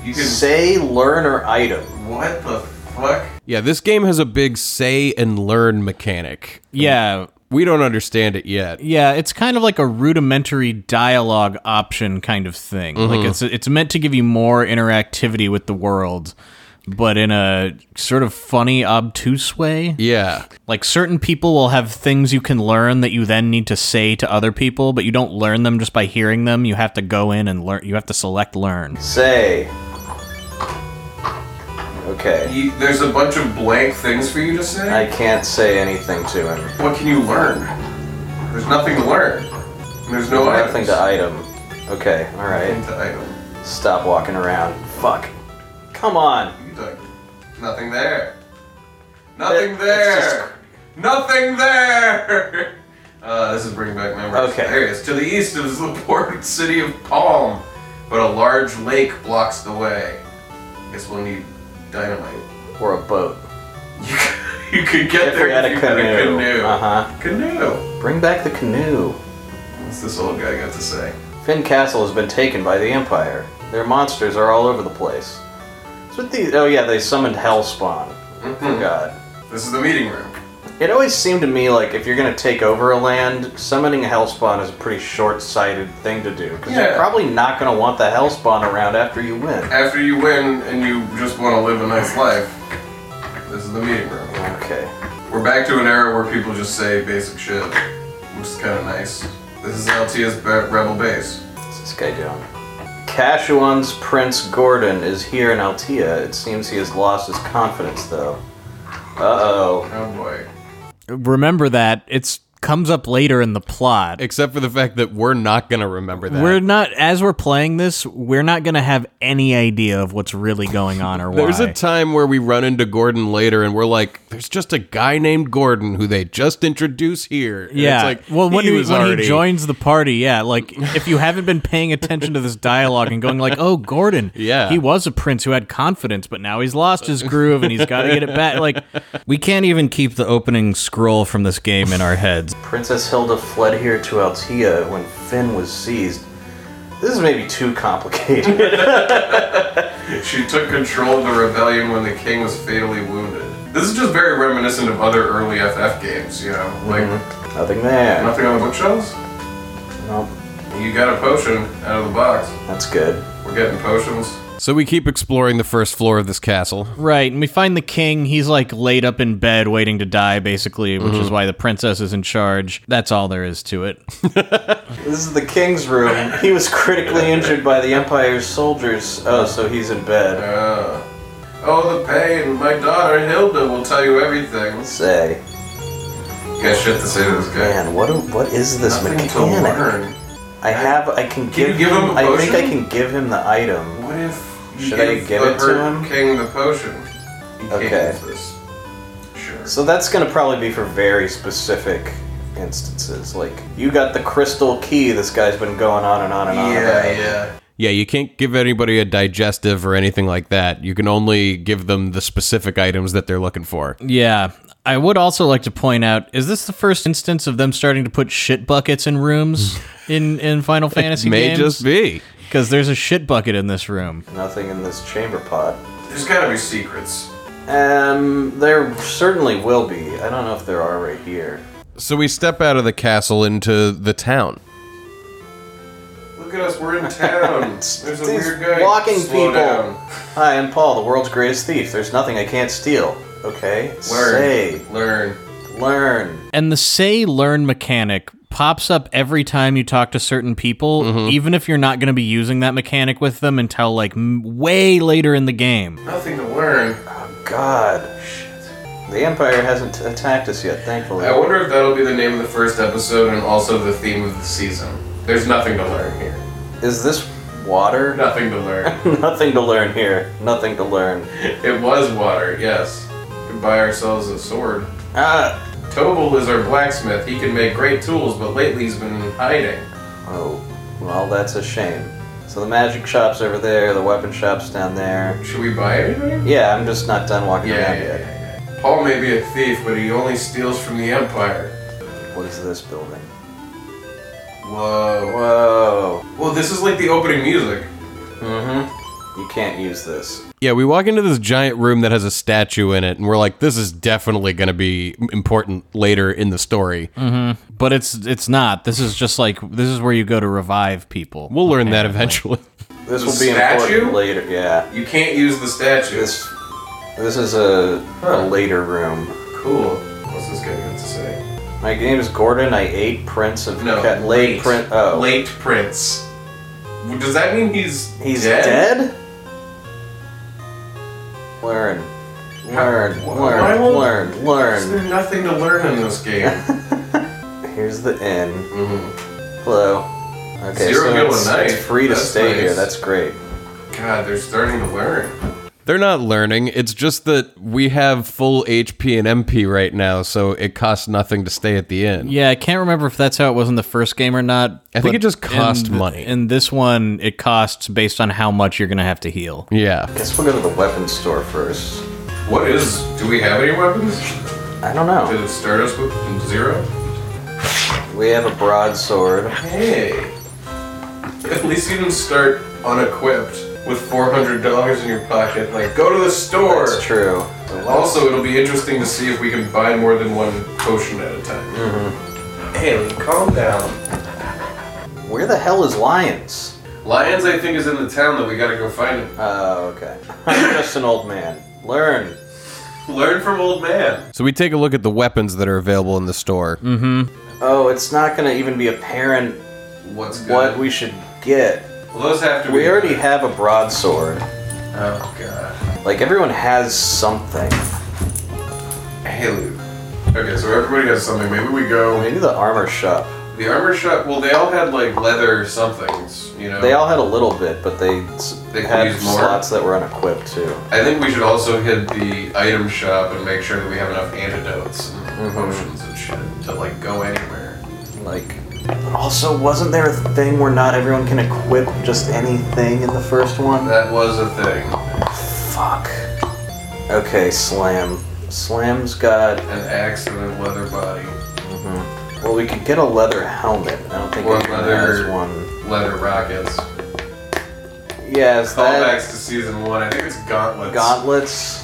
L: You can.
E: Say, learn, or item.
L: What the fuck?
D: Yeah, this game has a big say and learn mechanic.
O: Yeah,
D: We don't understand it yet.
O: yeah, it's kind of like a rudimentary dialogue option kind of thing.
E: Mm-hmm.
O: Like it's it's meant to give you more interactivity with the world, but in a sort of funny, obtuse way.
D: Yeah.
O: Like certain people will have things you can learn that you then need to say to other people, but you don't learn them just by hearing them. You have to go in and learn. You have to select learn.
E: Say. Okay.
L: You, there's a bunch of blank things for you to say.
E: I can't say anything to him.
L: what can you learn? There's nothing to learn. There's no
E: Nothing
L: items.
E: to item. Okay, alright.
L: Nothing to item.
E: Stop walking around. Fuck. Come on.
L: You look. Nothing there. Nothing
E: It-
L: there.
E: it's just-
L: Nothing there. Uh, this is bringing back memories.
E: Okay.
L: There it is. To the east is the port city of Palm, but a large lake blocks the way. Guess we'll need dynamite.
E: Or a boat.
L: You, c- you could get
E: If
L: there
E: we had a
L: you
E: canoe.
L: canoe.
E: Uh-huh.
L: Canoe.
E: Bring back the canoe.
L: What's this old guy got to say?
E: Finn Castle has been taken by the Empire. Their monsters are all over the place. What's with these? Oh yeah, they summoned Hellspawn.
L: Mm-hmm.
E: Forgot.
L: This is the meeting room.
E: It always seemed to me like if you're gonna take over a land, summoning a Hellspawn is a pretty short-sighted thing to do because you're
L: Yeah.
E: probably not gonna want the Hellspawn around after you win.
L: After you win and you just want to live a nice life, this is the meeting room.
E: Okay.
L: We're back to an era where people just say basic shit, which is kind of nice. This is LTS be- Rebel Base.
E: What's this guy doing? Cashuan's Prince Gordon is here in Altea. It seems he has lost his confidence, though. Uh oh.
L: Oh boy.
O: Remember that it's comes up later in the plot.
D: Except for the fact that we're not going to remember that.
O: We're not as we're playing this, we're not gonna have any idea of what's really going on or why.
D: There's a time where we run into Gordon later and we're like, there's just a guy named Gordon who they just introduce here. And
O: yeah.
D: It's like,
O: well, when,
D: he,
O: he,
D: was
O: when
D: already-
O: he joins the party, yeah. Like, if you haven't been paying attention to this dialogue and going like, "Oh, Gordon,
D: Yeah.
O: he was a prince who had confidence, but now he's lost his groove and he's got to get it back." Like, we can't even keep the opening scroll from this game in our heads.
E: Princess Hilda fled here to Altea when Finn was seized. This is maybe too complicated.
L: She took control of the rebellion when the king was fatally wounded. This is just very reminiscent of other early FF games, you know? Like,
E: Mm-hmm. Nothing there.
L: nothing on the bookshelves?
E: Nope.
L: You got a potion out of the box.
E: That's good.
L: We're getting potions.
D: So we keep exploring the first floor of this castle.
O: Right, and we find the king. He's like laid up in bed, waiting to die, basically, which is why the princess is in charge. That's all there is to it.
E: This is the king's room. He was critically injured by the Empire's soldiers. Oh, so he's in bed.
L: Uh, oh, the pain. My daughter Hilda will tell you everything.
E: Say,
L: You got shit to say to this guy.
E: man, what do, what is this
L: Nothing to
E: mechanic?
L: learn.
E: I have. I can
L: Can
E: give,
L: you give him a
E: I think I
L: potion?
E: can give him the item.
L: What if you
E: Should I
L: gave
E: give
L: the
E: it to
L: hurt
E: him?
L: King the potion? He
E: Okay.
L: Can't use this. Sure.
E: So that's gonna probably be for very specific instances. Like you got the crystal key. This guy's been going on and on and on.
L: yeah,
E: about.
L: yeah.
D: Yeah, you can't give anybody a digestive or anything like that. You can only give them the specific items that they're looking for.
O: Yeah. I would also like to point out is this the first instance of them starting to put shit buckets in rooms in, in Final Fantasy
D: May
O: games?
D: just be.
O: Because there's a shit bucket in this room.
E: Nothing in this chamber pot.
L: There's gotta be secrets.
E: Um, there certainly will be. I don't know if there are right here.
D: So we step out of the castle into the town.
L: Look at us, we're in town. There's
E: These
L: a weird guy.
E: walking
L: Slow
E: people.
L: Down.
E: Hi, I'm Paul, the world's greatest thief. There's nothing I can't steal. Okay.
L: Learn.
E: Say,
L: Learn.
E: learn.
O: And the say learn mechanic pops up every time you talk to certain people,
E: Mm-hmm.
O: even if you're not going to be using that mechanic with them until like m- way later in the game.
L: Nothing to learn.
E: Oh, God. The Empire hasn't attacked us yet, thankfully.
L: I wonder if that'll be the name of the first episode and also the theme of the season. There's nothing to learn here.
E: Is this water?
L: Nothing to learn.
E: Nothing to learn here. Nothing to learn.
L: it was water, yes. We could buy ourselves a sword.
E: Ah.
L: Tobal is our blacksmith. He can make great tools, but lately he's been hiding.
E: Oh, well, that's a shame. So the magic shop's over there. The weapon shop's down there.
L: Should we buy anything?
E: Yeah, I'm just not done walking
L: Yeah,
E: around
L: yeah,
E: yet.
L: yeah, yeah. Paul may be a thief, but he only steals from the Empire.
E: What is this building?
L: Whoa.
E: Whoa.
L: Well, this is like the opening music.
E: Mm-hmm. You can't use this.
D: Yeah, we walk into this giant room that has a statue in it, and we're like, this is definitely going to be important later in the story.
O: Mm. But it's it's not. This is just like this is where you go to revive people.
D: We'll learn that eventually.
E: This
L: The
E: will be
L: statue?
E: important later. Yeah.
L: You can't use the statue.
E: This this is a, a later room.
L: cool. What's this guy got to say?
E: My name is Gordon. I ate Prince of
L: No.
E: Ca- late Prince. Oh,
L: Late Prince. Well, Does that mean he's
E: he's
L: dead?
E: dead. Learn, learn,
L: why
E: learn,
L: won't-
E: learn,
L: Is
E: learn.
L: there nothing to learn in this game?
E: Here's the inn. Hello. Okay,
L: Mm-hmm. Zero
E: so
L: good
E: it's,
L: one
E: it's
L: night.
E: free to
L: That's
E: stay
L: nice.
E: here. That's great.
L: God, they're starting to learn.
D: They're not learning. It's just that we have full HP and MP right now, so it costs nothing to stay at the inn.
O: Yeah, I can't remember if that's how it was in the first game or not.
D: I think
O: but
D: it just cost
O: in th-
D: money.
O: In this one, it costs based on how much you're gonna have to heal.
D: Yeah.
E: Guess we'll go to the weapons store first.
L: What is? Do we have any weapons?
E: I don't know.
L: Did it start us with zero?
E: We have a broadsword.
L: Hey. At least you didn't start unequipped with four hundred dollars in your pocket. Like, go to the store.
E: That's true.
L: Also, it'll be interesting to see if we can buy more than one potion at a time. Hey, calm down.
E: Where the hell is Lions?
L: Lions, I think, is in the town that we gotta go find him.
E: Oh, okay. I'm just an old man. Learn.
L: Learn from old man.
D: So we take a look at the weapons that are available in the store.
E: Oh, it's not gonna even be apparent
L: What's good?
E: what we should get.
L: Well, those have to be.
E: We already have a broadsword.
L: Oh god.
E: Like everyone has something.
L: Haley. Okay, so everybody has something. Maybe we go.
E: Maybe the armor shop.
L: The armor shop. Well, they all had like leather somethings. You know.
E: They all had a little bit, but they s-
L: They could
E: had
L: use more.
E: slots that were unequipped too.
L: I think we should also hit the item shop and make sure that we have enough antidotes and
E: Mm-hmm.
L: potions and shit to like go anywhere.
E: Like, but also wasn't there a thing where not everyone can equip just anything in the first one?
L: That was a thing.
E: Fuck. Okay, slam. Slam's got.
L: An axe and a leather body,
E: Well, we could get a leather helmet. I don't think
L: Or
E: anyone
L: leather-
E: has one.
L: leather rockets.
E: Yeah, is that
L: Callbacks to season one. I think it's gauntlets.
E: gauntlets?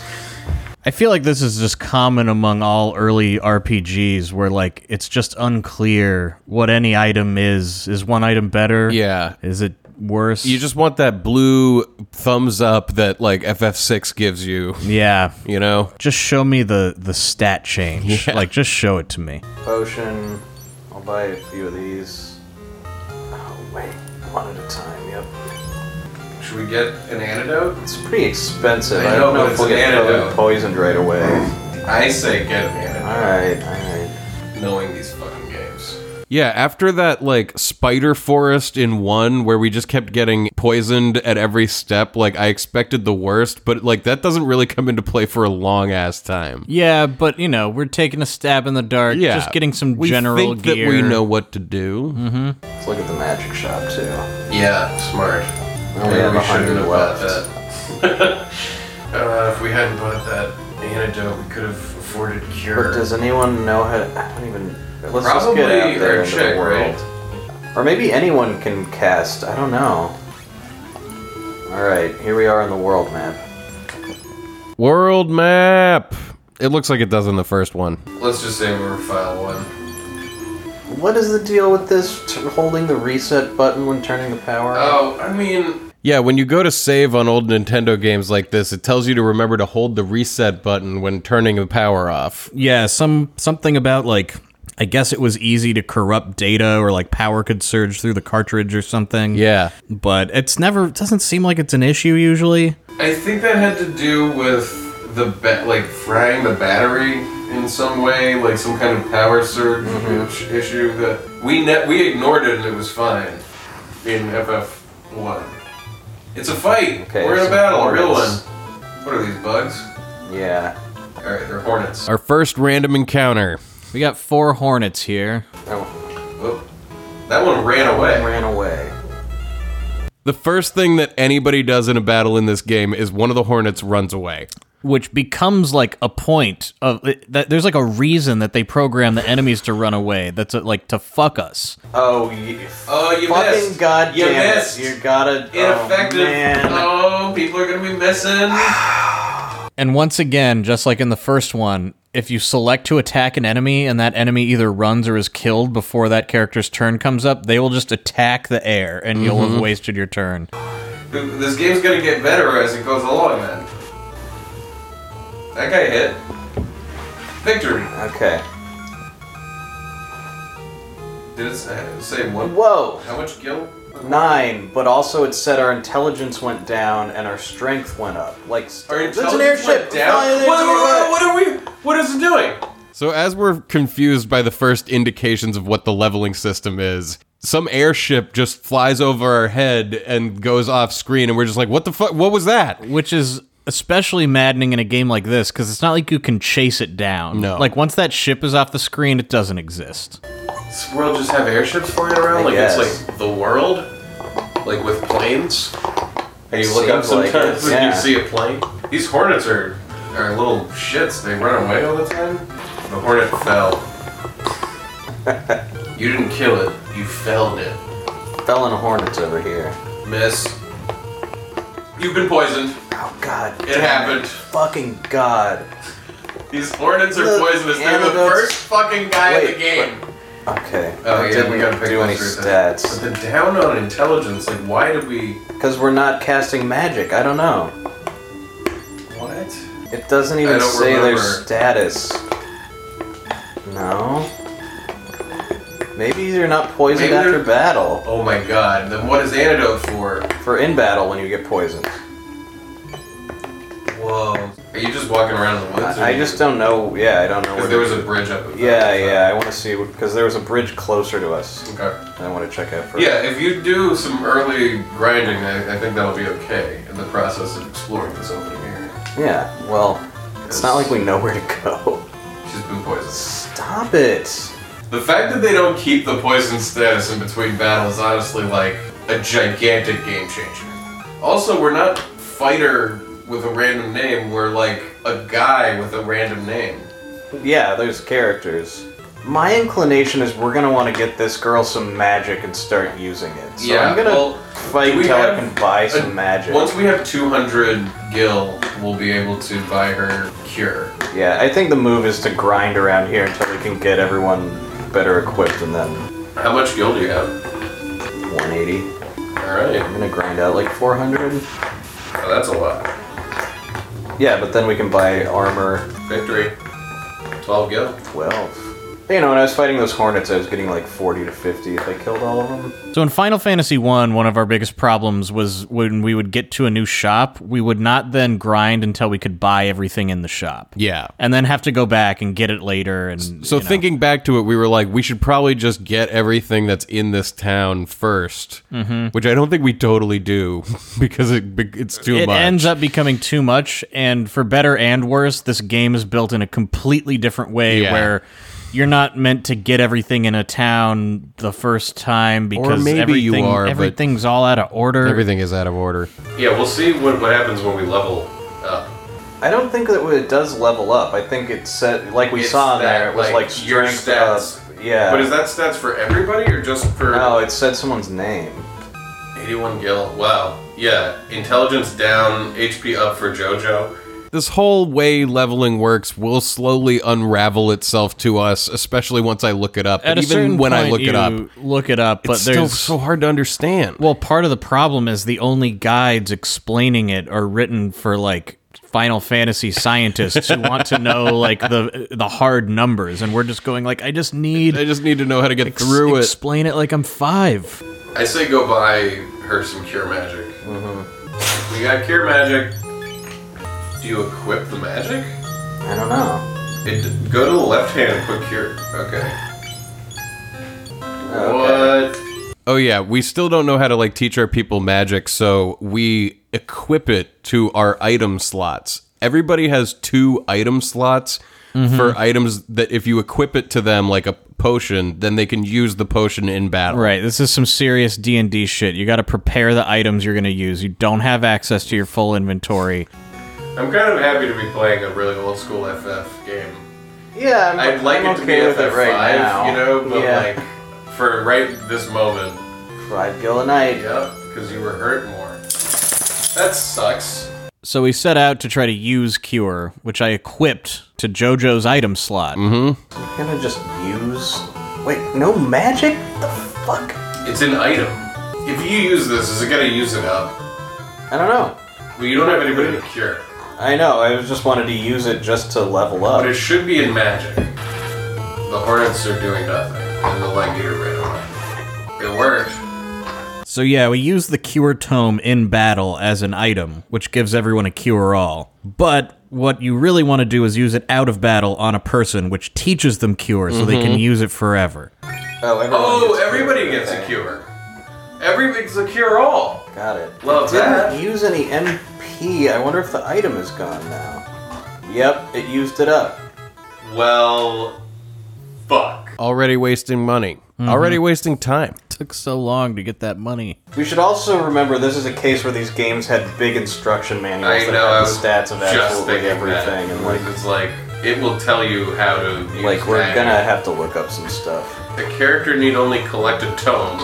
O: I feel like this is just common among all early RPGs where like it's just unclear what any item is. Is one item better?
D: Yeah.
O: Is it worse?
D: You just want that blue thumbs up that like FF6 gives you,
O: Yeah.
D: you know?
O: Just show me the the stat change. Like just show it to me.
E: Potion. I'll buy a few of these. Oh, wait. One at a time, yep.
L: Should we get an antidote?
E: It's pretty expensive.
L: I
E: I,
L: know,
E: don't know
L: but
E: if we'll
L: it's an
E: get po-
L: antidote.
E: poisoned right away.
L: I say get an
E: Alright,
L: antidote.
E: alright.
L: Knowing these fucking games.
D: Yeah, after that like spider forest in one where we just kept getting poisoned at every step, like I expected the worst, but like that doesn't really come into play for a long ass time.
O: Yeah, but you know, we're taking a stab in the dark,
D: Yeah.
O: just getting some
D: we
O: general
D: think
O: gear.
D: that we know what to do.
E: Let's look at the magic shop too.
L: Yeah, smart.
E: only
L: Maybe
E: have
L: we
E: 100
L: shouldn't have bought
E: left.
L: that. uh, if we hadn't bought that antidote, we could have afforded
E: But
L: cure.
E: does anyone know how? To, I don't even. Let's just
L: Probably
E: get out there
L: our
E: into
L: chick,
E: the world. Or maybe anyone can cast. I don't know. All right, here we are on the world map.
D: World map. It looks like it does in the first one.
L: Let's just say we were file one.
E: What is the deal with this? T- holding the reset button when turning the power on?
L: Oh, I mean,
D: Yeah, when you go to save on old Nintendo games like this, it tells you to remember to hold the reset button when turning the power off.
O: Yeah, some something about like I guess it was easy to corrupt data or like power could surge through the cartridge or something.
D: Yeah.
O: But it's never it doesn't seem like it's an issue usually.
L: I think that had to do with the ba- like frying the battery in some way, like some kind of power surge
D: Mm-hmm.
L: ish- issue that we ne- we ignored it and it was fine in FF one. It's a fight.
E: Okay,
L: we're in a
E: some
L: battle, a real one.
E: hornets.
L: What are these bugs?
E: Yeah.
L: All right, they're hornets.
D: Our first random encounter.
O: We got four hornets here.
E: That
L: Oh, that one ran
E: one
L: away.
E: ran away.
D: The first thing that anybody does in a battle in this game is one of the hornets runs away.
O: which becomes like a point of that. There's like a reason that they program the enemies to run away. That's uh like to fuck us.
E: Oh, you,
L: Oh, you
E: fucking
L: missed.
E: goddamn
L: you
E: it.
L: missed.
E: You gotta.
L: Ineffective.
E: Oh, man.
L: Oh, people are gonna be missing.
O: And once again, just like in the first one, if you select to attack an enemy and that enemy either runs or is killed before that character's turn comes up, they will just attack the air and you'll
D: Mm-hmm.
O: have wasted your turn.
L: This game's gonna get better as it goes along, man. That guy hit. Victory.
E: Okay.
L: Did it say say one?
E: Whoa.
L: How much guilt?
E: Nine, but also it said our intelligence went down and our strength went up. Like,
L: Our
E: it's an
L: intelligence
E: airship.
L: went Down.
E: Fly
L: What,
E: an airship.
L: what, what are we? What is it doing?
D: So, as we're confused by the first indications of what the leveling system is, some airship just flies over our head and goes off screen, and we're just like, what the fuck? What was that?
O: Which is especially maddening in a game like this because it's not like you can chase it down.
D: No.
O: Like once that ship is off the screen, it doesn't exist.
L: Does the world just have airships flying around?
E: I
L: like
E: guess.
L: it's like the world? Like with planes? And you look up
E: Seems like
L: sometimes
E: it,
L: and
E: yeah.
L: you see a plane? These hornets are, are little shits. They run away all the time. The hornet fell. you didn't kill it, you felled it.
E: Felon hornets over here.
L: Miss. You've been poisoned.
E: Oh god.
L: It
E: damn
L: happened.
E: Fucking god.
L: These hornets are
E: The
L: poisonous. They're the
E: antidotes-
L: first fucking guy in
E: Wait,
L: the game.
E: Okay.
L: Oh,
E: I
L: yeah,
E: didn't
L: we gotta pick
E: do
L: one
E: any
L: through that.
E: stats.
L: But the down on intelligence, like, why did we.
E: Because we're not casting magic. I don't know.
L: What?
E: It doesn't
L: I
E: even
L: don't
E: say their
L: remember.
E: status. No. Maybe they're not poisoned
L: Maybe
E: after
L: they're-
E: battle.
L: Oh my god, then what is antidote for?
E: For in battle when you get poisoned.
L: Whoa. Are you just walking around in the woods? or
E: I, I
L: you-
E: just don't know. Yeah, I don't know where.
L: Because there was a bridge up. in
E: yeah,
L: front, so-
E: yeah. I want to see because there was a bridge closer to us.
L: Okay.
E: And I want to check out first.
L: Yeah, if you do some early grinding, I, I think that'll be okay in the process of exploring this opening area.
E: Yeah. Well, it's not like we know where to go.
L: She's been poisoned.
E: Stop it.
L: The fact that they don't keep the poison status in between battles is honestly like a gigantic game changer. Also, we're not fighter with a random name, we're like a guy with a random name.
E: Yeah, there's characters. My inclination is we're gonna want to get this girl some magic and start using it. So
L: Yeah,
E: I'm gonna
L: well,
E: fight
L: do we
E: until I
L: have
E: can buy
L: a-
E: some magic.
L: Once we have 200 gil, we'll be able to buy her cure.
E: Yeah, I think the move is to grind around here until we can get everyone better equipped, and then
L: How much gil do you have?
E: 180.
L: Alright,
E: I'm gonna grind out like 400.
L: well, that's a lot.
E: Yeah, but then we can buy armor
L: Victory. 12 gil.
E: 12. You know, when I was fighting those hornets, I was getting like 40 to 50 if I killed all of them.
O: So in Final Fantasy 1, one of our biggest problems was when we would get to a new shop, we would not then grind until we could buy everything in the shop.
D: Yeah.
O: And then have to go back and get it later and
D: So
O: you know.
D: thinking back to it, we were like, we should probably just get everything that's in this town 1st
O: Mm-hmm.
D: which I don't think we totally do because it be- it's too
O: it
D: much.
O: ends up becoming too much and for better and worse this game is built in a completely different way
D: Yeah.
O: where you're not meant to get everything in a town the first time because
D: maybe you
O: everything,
D: are, but-
O: everything's all out of order
D: Everything is out of order.
L: Yeah, we'll see what, what happens when we level up.
E: I don't think that it does level up. I think it said, like we
L: It's
E: saw in
L: that,
E: there, it was
L: like,
E: like,
L: your
E: strength
L: stats.
E: up. Yeah.
L: But is that stats for everybody or just for
E: No, it said someone's name.
L: 81 gil? Wow. Yeah, intelligence down, HP up for JoJo.
D: This whole way leveling works will slowly unravel itself to us, especially once I look it up.
O: at
D: But
O: a
D: even
O: certain
D: when I
O: point,
D: look it
O: you
D: up,
O: look it up but
D: it's still
O: there's
D: so hard to understand.
O: well part of the problem is the only guides explaining it are written for like Final Fantasy scientists who want to know like the the hard numbers and we're just going like I just need
D: I just need to know how to get through it.
O: explain it like I'm 5
L: I say go buy her some cure magic.
D: Mm-hmm.
L: We got cure magic. Do you equip the magic?
E: I don't know.
L: It, go to the left hand and click cure. Okay. What?
D: Oh yeah, we still don't know how to like teach our people magic, so we equip it to our item slots. Everybody has two item slots
E: Mm-hmm.
D: for items that if you equip it to them like a potion, then they can use the potion in battle.
O: Right, this is some serious D and D shit. You got to prepare the items you're going to use. You don't have access to your full inventory.
L: I'm kind of happy to be playing a really old school FF game.
E: Yeah, I'm,
L: I'd like
E: I'm
L: it to
E: okay
L: be
E: with
L: FF5,
E: it right now.
L: you know, but
E: yeah.
L: like for right this moment,
E: Fried Gill and I.
L: yeah, because you were hurt more. That sucks.
O: So we set out to try to use Cure, which I equipped to JoJo's item slot.
L: Mm-hmm.
E: Can I just use? Wait, no magic? The fuck?
L: It's an item. If you use this, is it gonna use it up?
E: I don't know.
L: Well, you don't have anybody to cure,
E: I know. I just wanted to use it just to level
L: but
E: up.
L: it should be in magic. The hornets are doing nothing, and the light eater ran away. It worked.
O: So yeah, we use the Cure Tome in battle as an item, which gives everyone a Cure All. But what you really want to do is use it out of battle on a person, which teaches them Cure so they can use it forever.
E: Oh, everyone
L: Oh,
E: gets
L: everybody gets a
E: okay.
L: cure. Everything's a cure all.
E: Got it.
L: Love
E: it didn't
L: that.
E: use any MP. I wonder if the item is gone now. Yep, it used it up.
L: Well, fuck.
D: Already wasting money. Already wasting time.
O: Took so long to get that money.
E: We should also remember this is a case where these games had big instruction manuals
L: I
E: that
L: know. I
E: had the
L: was
E: stats of
L: just
E: absolutely
L: thinking
E: everything,
L: that.
E: and like,
L: it's like it will tell you how to. Use
E: like we're
L: magic.
E: gonna have to look up some stuff.
L: The character need only collect a tome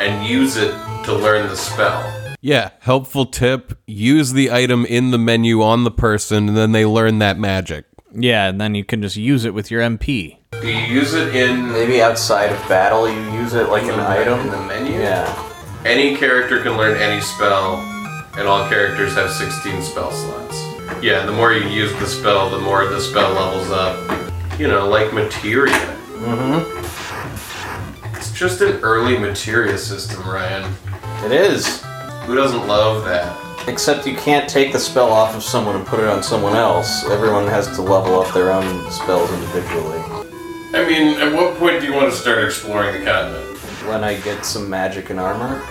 L: and use it to learn the spell.
D: Yeah, helpful tip use the item in the menu on the person, and then they learn that magic.
O: Yeah, and then you can just use it with your MP.
L: Do you use it in
E: Maybe outside of battle, you use it like an
L: the, in
E: item.
L: the menu?
E: Mm-hmm. Yeah.
L: Any character can learn any spell, and all characters have 16 spell slots. Yeah, the more you use the spell, the more the spell levels up. You know, like materia. Mm-hmm. It's just an early materia system, Ryan.
E: It is.
L: Who doesn't love that?
E: Except you can't take the spell off of someone and put it on someone else. Everyone has to level up their own spells individually.
L: I mean, at what point do you want to start exploring the continent?
E: When I get some magic and armor,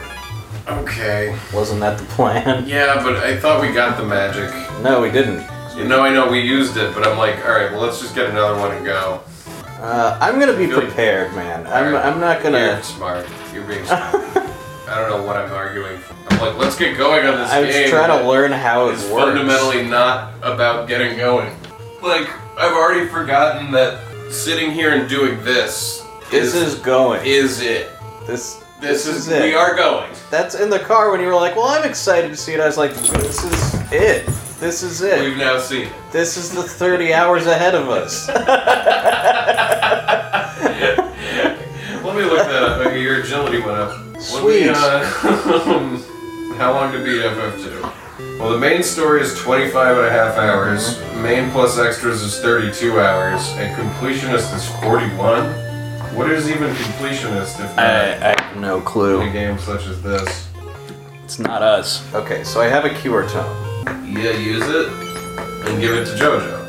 L: Okay.
E: wasn't that the plan?
L: Yeah, but I thought we got the magic.
E: No, we didn't.
L: You know, I know we used it, but I'm like, all right, well, let's just get another one and go.
E: Uh, I'm gonna be
L: Really?
E: prepared, man. I'm,
L: Alright.
E: I'm not gonna.
L: You're smart. You're being smart. I don't know what I'm arguing for. I'm like, let's get going on this
E: I'm
L: game.
E: just trying
L: that
E: to learn how it
L: is
E: works.
L: fundamentally not about getting going. Like, I've already forgotten that sitting here and doing this
E: this is going.
L: is it.
E: this
L: This, is,
E: it.
L: we are going.
E: That's in the car when you were like, "Well, I'm excited to see it." I was like, "This is it. This is it.
L: We've now seen it.
E: this is the 30 hours ahead of us."
L: Let me look that up. Okay, your agility went up. What do we,
E: Sweet.
L: uh, how long to beat FF2? Well, the main story is 25 and a half hours. Main plus extras is 32 hours. And completionist is 41. What is even completionist if not
E: I have no
L: in a
E: clue.
L: game such as this?
E: It's not us. Okay, so I have a QR tone.
L: Yeah, use it and give it to JoJo.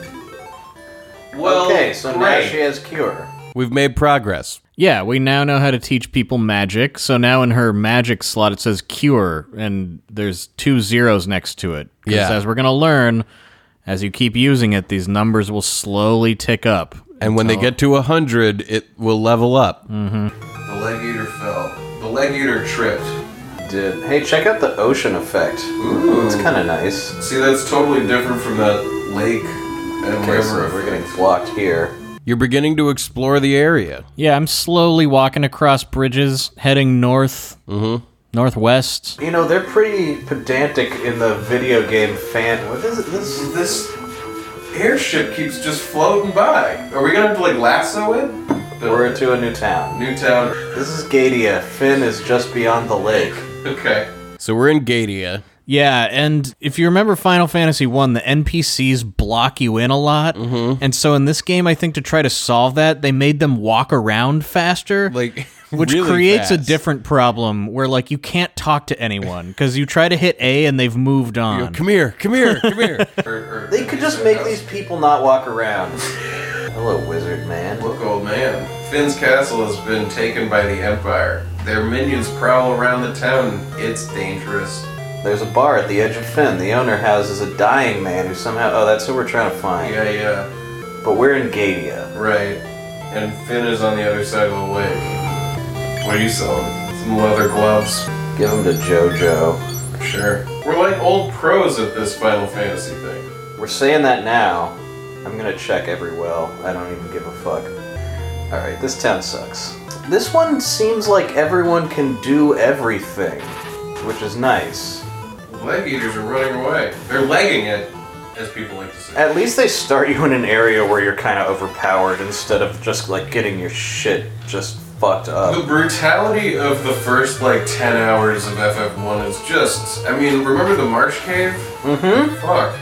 L: Well,
E: okay, so now
L: great.
E: she has cure.
D: We've made progress.
O: Yeah, we now know how to teach people magic. So now in her magic slot, it says Cure, and there's two zeros next to it. 'Cause
D: Yeah.
O: As we're going to learn, as you keep using it, these numbers will slowly tick up.
D: And when they get to 100, it will level up.
L: The leg eater fell. The leg eater tripped.
E: Did hey, check out the ocean effect.
L: Ooh.
E: It's kind of nice.
L: See, that's totally different from that lake and
E: Okay, so
L: river.
E: we're getting blocked here.
D: You're beginning to explore the area.
O: Yeah, I'm slowly walking across bridges, heading north, mm-hmm. northwest.
E: You know, they're pretty pedantic in the video game fan. What is it? This
L: This airship keeps just floating by. Are we gonna have to like lasso it? The
E: we're to a new town.
L: new town.
E: This is Gadia. Finn is just beyond the lake.
L: Okay.
D: So we're in Gadia.
O: Yeah, and if you remember Final Fantasy 1, the NPCs block you in a lot. Mm-hmm. And so in this game, I think to try to solve that, they made them walk around faster.
D: Like,
O: which
D: really
O: creates a
D: fast.
O: different problem where like you can't talk to anyone because you try to hit A and they've moved on.
D: Come here, come here, come here.
L: Or- or-
E: They could just make these people not walk around. Hello, wizard man.
L: Look, old man. Finn's castle has been taken by the Empire. Their minions prowl around the town. It's dangerous.
E: There's a bar at the edge of Finn. The owner houses a dying man who somehow. Oh, that's who we're trying to find.
L: Yeah, yeah.
E: But we're in Gadia.
L: Right. And Finn is on the other side of the lake. What are you selling? Some leather gloves.
E: Give him to JoJo.
L: Sure. We're like old pros at this Final Fantasy thing.
E: We're saying that now. I'm gonna check every well. I don't even give a fuck. Alright, this town sucks. This one seems like everyone can do everything, which is nice.
L: Leg eaters are running away. They're legging it, as people like to say.
E: At least they start you in an area where you're kind of overpowered instead of just like getting your shit just fucked
L: The
E: up.
L: brutality of the first like 10 hours of FF1 is just. I mean, remember the Marsh Cave? Mm hmm. Fuck.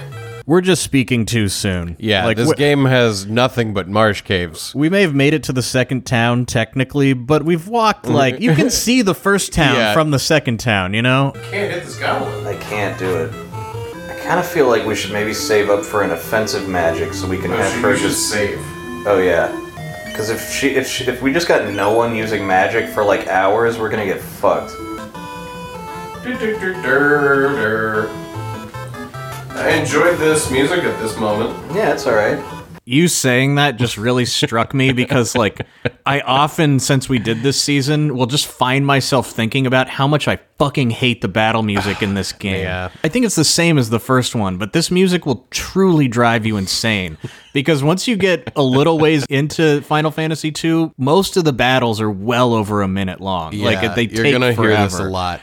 O: We're just speaking too soon.
D: Yeah,
O: like
D: this
O: we,
D: game has nothing but marsh caves.
O: we may have made it to the second town technically, but we've walked like you can see the first town
D: Mm-hmm. Yeah.
O: from the second town. You know,
L: Can't hit this goblin.
E: I can't do it. I kind of feel like we should maybe save up for an offensive magic so we can
L: No,
E: have
L: she
E: her
L: was just
E: just
L: save.
E: Oh yeah, because if she if she, if we just got no one using magic for like hours, we're gonna get fucked.
L: Dur, dur, dur, dur, dur. I enjoyed this music at this moment.
E: Yeah, it's all right.
O: you saying that just really struck me because like I often since we did this season will just find myself thinking about how much I fucking hate the battle music in this game.
D: Yeah.
O: I think it's the same as the first one, but this music will truly drive you insane because once you get a little ways into Final Fantasy 2, most of the battles are well over a minute long. like
D: Yeah,
O: they
D: you're
O: take
D: gonna
O: forever.
D: hear this a lot.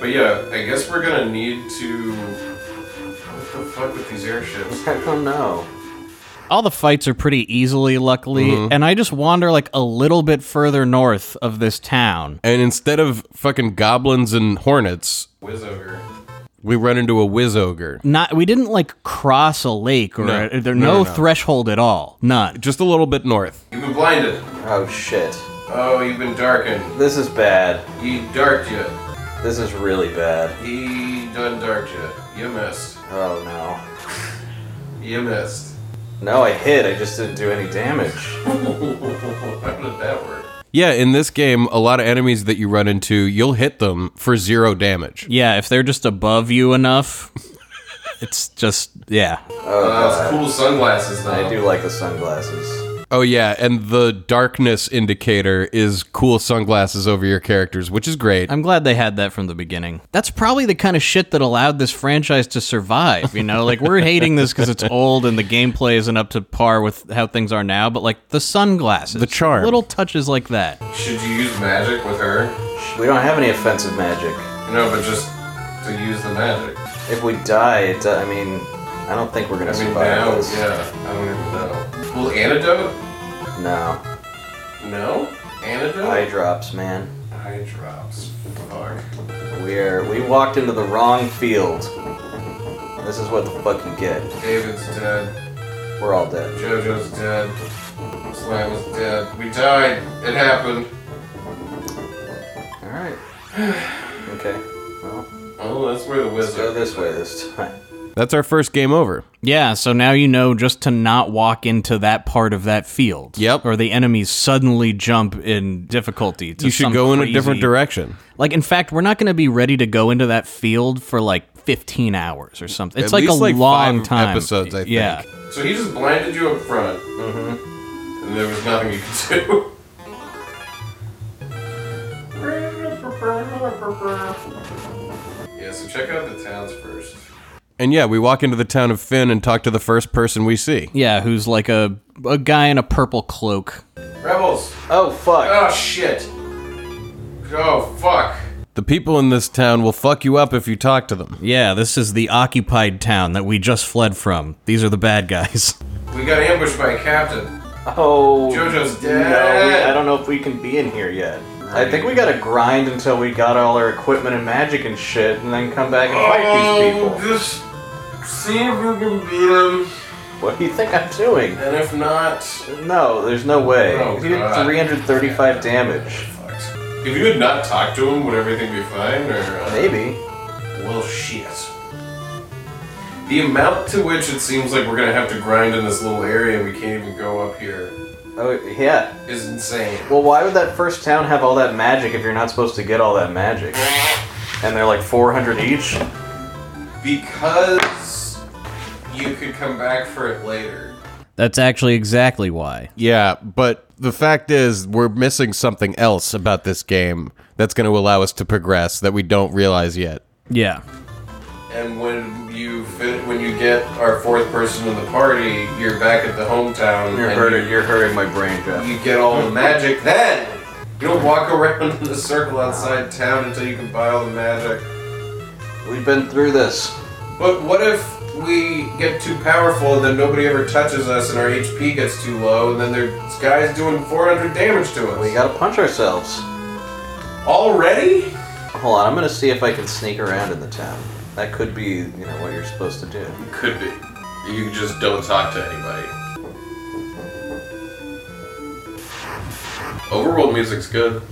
L: But yeah, I guess we're gonna need to. What the fuck with these airships?
E: I don't know.
O: all the fights are pretty easily luckily
D: Mm-hmm.
O: and i just wander like a little bit further north of this town
D: And instead of fucking goblins and hornets,
L: Whiz ogre.
D: we run into a whiz ogre.
O: not we didn't like cross a lake or
D: No.
O: there
D: No,
O: no,
D: no, no.
O: threshold at all none
D: Just a little bit north.
L: You've been blinded.
E: Oh shit,
L: Oh, you've been darkened.
E: this is bad.
L: He darked you.
E: This is really bad.
L: He done darked you. You missed.
E: Oh no.
L: You missed.
E: No, I hit. I just didn't do any damage.
L: How did that work?
D: Yeah, in this game, a lot of enemies that you run into, you'll hit them for zero damage.
O: yeah if they're just above you enough it's just yeah
L: Uh, it's cool sunglasses though.
E: I do like the sunglasses.
D: Oh yeah, and the darkness indicator is cool sunglasses over your characters, which is great.
O: i'm glad they had that from the beginning that's probably the kind of shit that allowed this franchise to survive you know like we're hating this because it's old and the gameplay isn't up to par with how things are now but like the sunglasses the
D: charm.
O: little touches like that
L: Should you use magic with her?
E: Sh- We don't have any offensive magic.
L: No, but just to use the magic.
E: If we die, it, do- I mean, I don't think we're gonna
L: I mean,
E: survive
L: now,
E: this.
L: yeah, I don't even know. Well, antidote?
E: No,
L: No? Antidote?
E: eye drops, man.
L: Eye drops. Fuck.
E: We're we walked into the wrong field. This is what the fuck you get.
L: David's dead.
E: We're all dead.
L: JoJo's dead. Slam is dead. We died. It happened.
E: All right. Okay. Well,
L: Oh, that's where the
E: let's go
L: wizard.
E: this way this time.
D: That's our first game over.
O: Yeah, so now you know just to not walk into that part of that field.
D: Yep.
O: Or the enemies suddenly jump in difficulty. To
D: You should
O: some
D: go in a
O: crazy-
D: different direction.
O: Like, in fact, we're not going to be ready to go into that field for like 15 hours or something. It's
D: At
O: like
D: least,
O: a
D: like,
O: long
D: five
O: time.
D: episodes, I
O: Yeah.
L: So he just blinded you up front. Mm-hmm. And there was nothing you could do. Yeah, so check out the towns first.
D: And yeah, we walk into the town of Finn and talk to the first person we see.
O: Yeah, who's like a, a guy in a purple cloak.
L: Rebels!
E: Oh fuck!
L: Oh shit! Oh fuck!
D: The people in this town will fuck you up if you talk to them.
O: Yeah, this is the occupied town that we just fled from. These are the bad guys.
L: We got ambushed by a captain.
E: Oh.
L: JoJo's
E: No, we, I
L: dead!
E: don't know if we can be in here yet. I think we gotta grind until we got all our equipment and magic and shit, and then come back and fight these
L: oh,
E: people.
L: just see if we can beat him.
E: What do you think I'm doing?
L: And if not,
E: No, there's no way.
L: Oh,
E: he did
L: God.
E: 335 damage.
L: fucked. If you had not talked to him, would everything be fine? Or uh,
E: Maybe.
L: Well, shit. The amount to which it seems like we're gonna have to grind in this little area we can't even go up here
E: Oh yeah.
L: is insane.
E: Well, why would that first town have all that magic if you're not supposed to get all that magic? And they're like 400 each?
L: Because you could come back for it later.
O: That's actually exactly why.
D: Yeah, but the fact is, we're missing something else about this game that's going to allow us to progress that we don't realize yet.
O: Yeah.
L: And when you fit, when you get our fourth person in the party, you're back at the hometown.
Q: You're
L: and
Q: hurting, you're hurting my brain,
L: you-
Q: Jeff.
L: You get all the magic then. You don't walk around in a circle outside town until you can buy all the magic.
Q: We've been through this.
L: But what if we get too powerful and then nobody ever touches us and our HP gets too low and then there's guys doing 400 damage to us?
E: We gotta punch ourselves.
L: Already?
E: Hold on, I'm gonna see if I can sneak around in the town. That could be, you know, what you're supposed to do.
L: Could be. You just don't talk to anybody. Overworld music's good.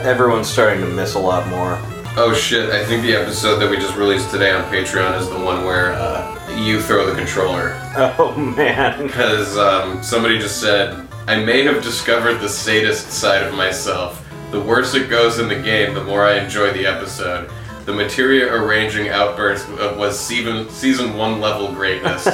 E: Everyone's starting to miss a lot more.
L: Oh shit, I think the episode that we just released today on Patreon is the one where uh, you throw the controller.
E: Oh man.
L: Because um, somebody just said, I may have discovered the sadist side of myself. The worse it goes in the game, the more I enjoy the episode. The materia arranging outburst w- was season, season one level greatness.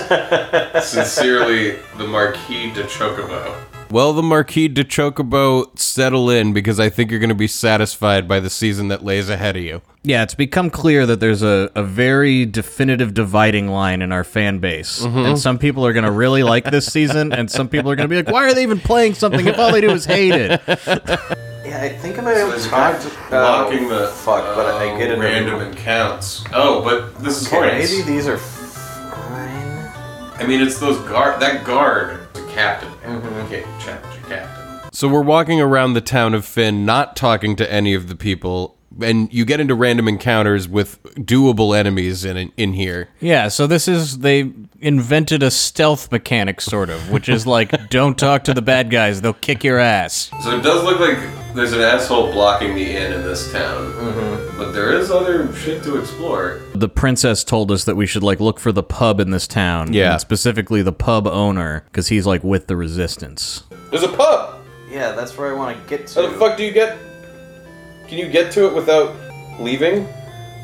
L: Sincerely, the Marquis de Chocobo.
D: Well, the Marquis de Chocobo, settle in because I think you're going to be satisfied by the season that lays ahead of you.
O: Yeah, it's become clear that there's a, a very definitive dividing line in our fan base. And some people are going to really like this season, and some people are going to be like, why are they even playing something if all they do is hate it?
E: Yeah, I think I might have
L: It's
E: talked.
L: blocking
E: oh,
L: the
E: fuck, but I get
L: oh,
E: it.
L: random encounters. Oh, but this is
E: Okay,
L: points.
E: maybe these are fine.
L: I mean, it's those guard. That guard, the captain.
E: Mm-hmm.
L: Okay, challenge your captain.
D: So we're walking around the town of Finn, not talking to any of the people, and you get into random encounters with doable enemies in in here.
O: yeah, so this is, they invented a stealth mechanic, sort of, which is like, don't talk to the bad guys, they'll kick your ass.
L: So it does look like there's an asshole blocking the inn in this town, but there is other shit to explore.
O: The princess told us that we should, like, look for the pub in this town.
D: Yeah.
O: and specifically the pub owner, because he's, like, with the resistance.
P: There's a pub.
E: Yeah, that's where I want to get to.
P: How the fuck do you get? Can you get to it without leaving?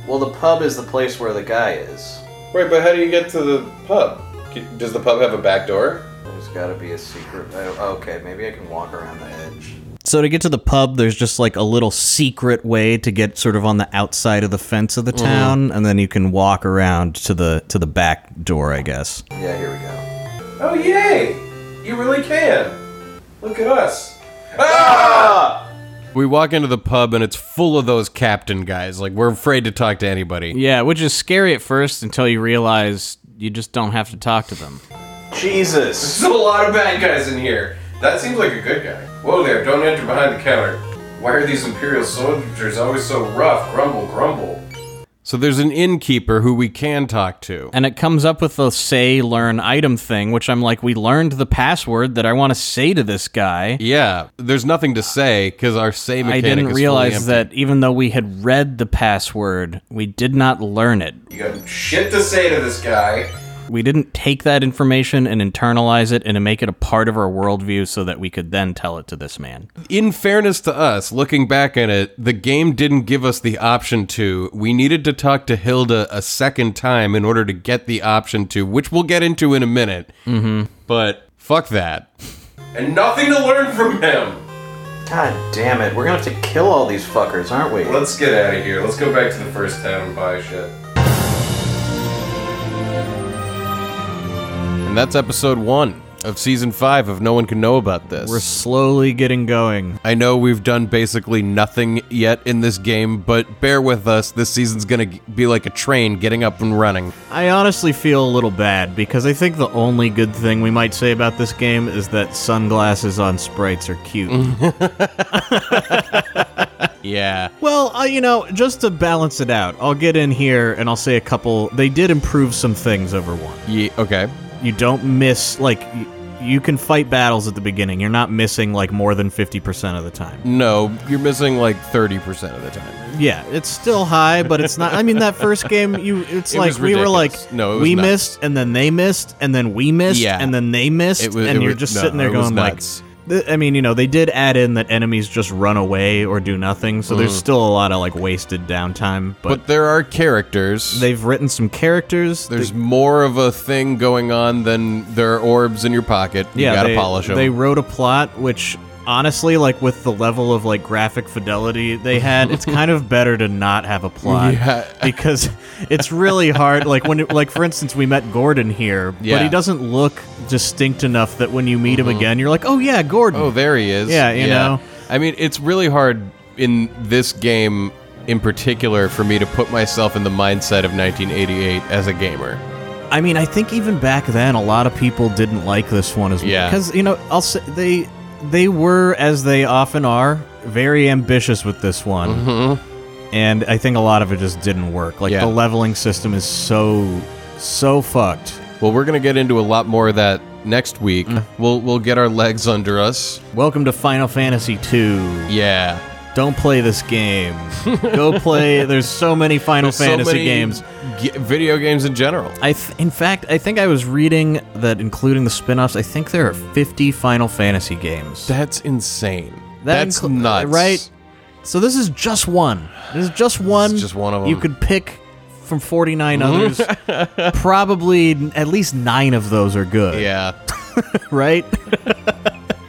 E: Well, the pub is the place where the guy is.
P: Right, but how do you get to the pub? Can- Does the pub have a back door?
E: There's got to be a secret. I, okay, maybe I can walk around the edge.
O: So to get to the pub, there's just like a little secret way to get sort of on the outside of the fence of the town, and then you can walk around to the to the back door, I guess.
E: Yeah, here we go.
L: Oh yay! You really can. Look at us.
D: Ah! We walk into the pub and it's full of those captain guys. Like we're afraid to talk to anybody.
O: Yeah, which is scary at first until you realize you just don't have to talk to them.
E: Jesus.
L: There's a lot of bad guys in here. That seems like a good guy. Whoa there! Don't enter behind the counter. Why are these imperial soldiers always so rough? Grumble, grumble.
D: So there's an innkeeper who we can talk to.
O: And it comes up with the say learn item thing, which I'm like, we learned the password that I want to say to this guy.
D: Yeah, there's nothing to say because our say
O: I
D: mechanic is
O: didn't
D: fully
O: realize
D: empty.
O: that even though we had read the password, we did not learn it.
L: You got shit to say to this guy.
O: we didn't take that information and internalize it and to make it a part of our worldview so that we could then tell it to this man.
D: in fairness to us, looking back at it, the game didn't give us the option to. We needed to talk to Hilda a second time in order to get the option to, which we'll get into in a minute. Mm-hmm. But fuck that.
L: and nothing to learn from him.
E: God damn it. We're gonna have to kill all these fuckers, aren't we?
L: Let's get out of here. Let's go back to the first town and buy shit.
D: And that's episode one of season five of No One Can Know About This.
O: We're slowly getting going.
D: I know we've done basically nothing yet in this game, but bear with us. This season's gonna g- be like a train getting up and running.
O: I honestly feel a little bad because I think the only good thing we might say about this game is that sunglasses on sprites are cute.
D: Yeah.
O: well, uh, you know, just to balance it out, I'll get in here and I'll say a couple. They did improve some things over one.
D: Ye- okay.
O: you don't miss like y- you can fight battles at the beginning. You're not missing like more than 50% of the time.
D: No, you're missing like 30% of the time.
O: Yeah, it's still high, but it's not I mean that first game you it's
D: It
O: like
D: was
O: we were like
D: ridiculous. No, it was
O: we
D: nuts.
O: missed and then they missed and then we missed
D: Yeah.
O: and then they missed
D: It was-
O: and
D: it
O: you're
D: was-
O: just
D: no,
O: sitting there
D: it was
O: going
D: nuts.
O: like th- I mean, you know, they did add in that enemies just run away or do nothing, so there's still a lot of like wasted downtime, but,
D: Mm. But there are characters.
O: they've written some characters.
D: There's more of a thing going on than there are orbs in your pocket. You gotta
O: they,
D: polish them.
O: They wrote a plot which honestly, like with the level of like graphic fidelity they had, it's kind of better to not have a plot
D: Yeah.
O: because it's really hard. Like when, like for instance, we met Gordon here, but
D: Yeah. Mm-hmm.
O: he doesn't look distinct enough that when you meet him again, you're like, oh yeah, Gordon.
D: Oh, there he is.
O: Yeah, you know.
D: I mean, it's really hard in this game in particular for me to put myself in the mindset of 1988 as a gamer.
O: I mean, I think even back then, a lot of people didn't like this one as well.
D: Yeah.
O: Because you know, I'll say they they were as they often are very ambitious with this one, and I think a lot of it just didn't work. Like
D: Mm-hmm. Yeah.
O: the leveling system is so so fucked.
D: Well, we're going to get into a lot more of that next week. We'll we'll get our legs under us.
O: Welcome to Final Fantasy II.
D: Yeah.
O: Don't play this game. Go play. There's so many Final
D: So
O: Fantasy
D: many
O: games.
D: g- video games in general.
O: I th- in fact, I think I was reading that including the spin-offs, I think there are 50 Final Fantasy games.
D: That's insane.
O: That
D: That's
O: inclu- uh,
D: nuts.
O: right? So this is just one. This is just one.
D: just one of Mm-hmm.
O: You
D: 'em.
O: could pick from 49 others. Probably n- at least nine of those are good,
D: Yeah.
O: right?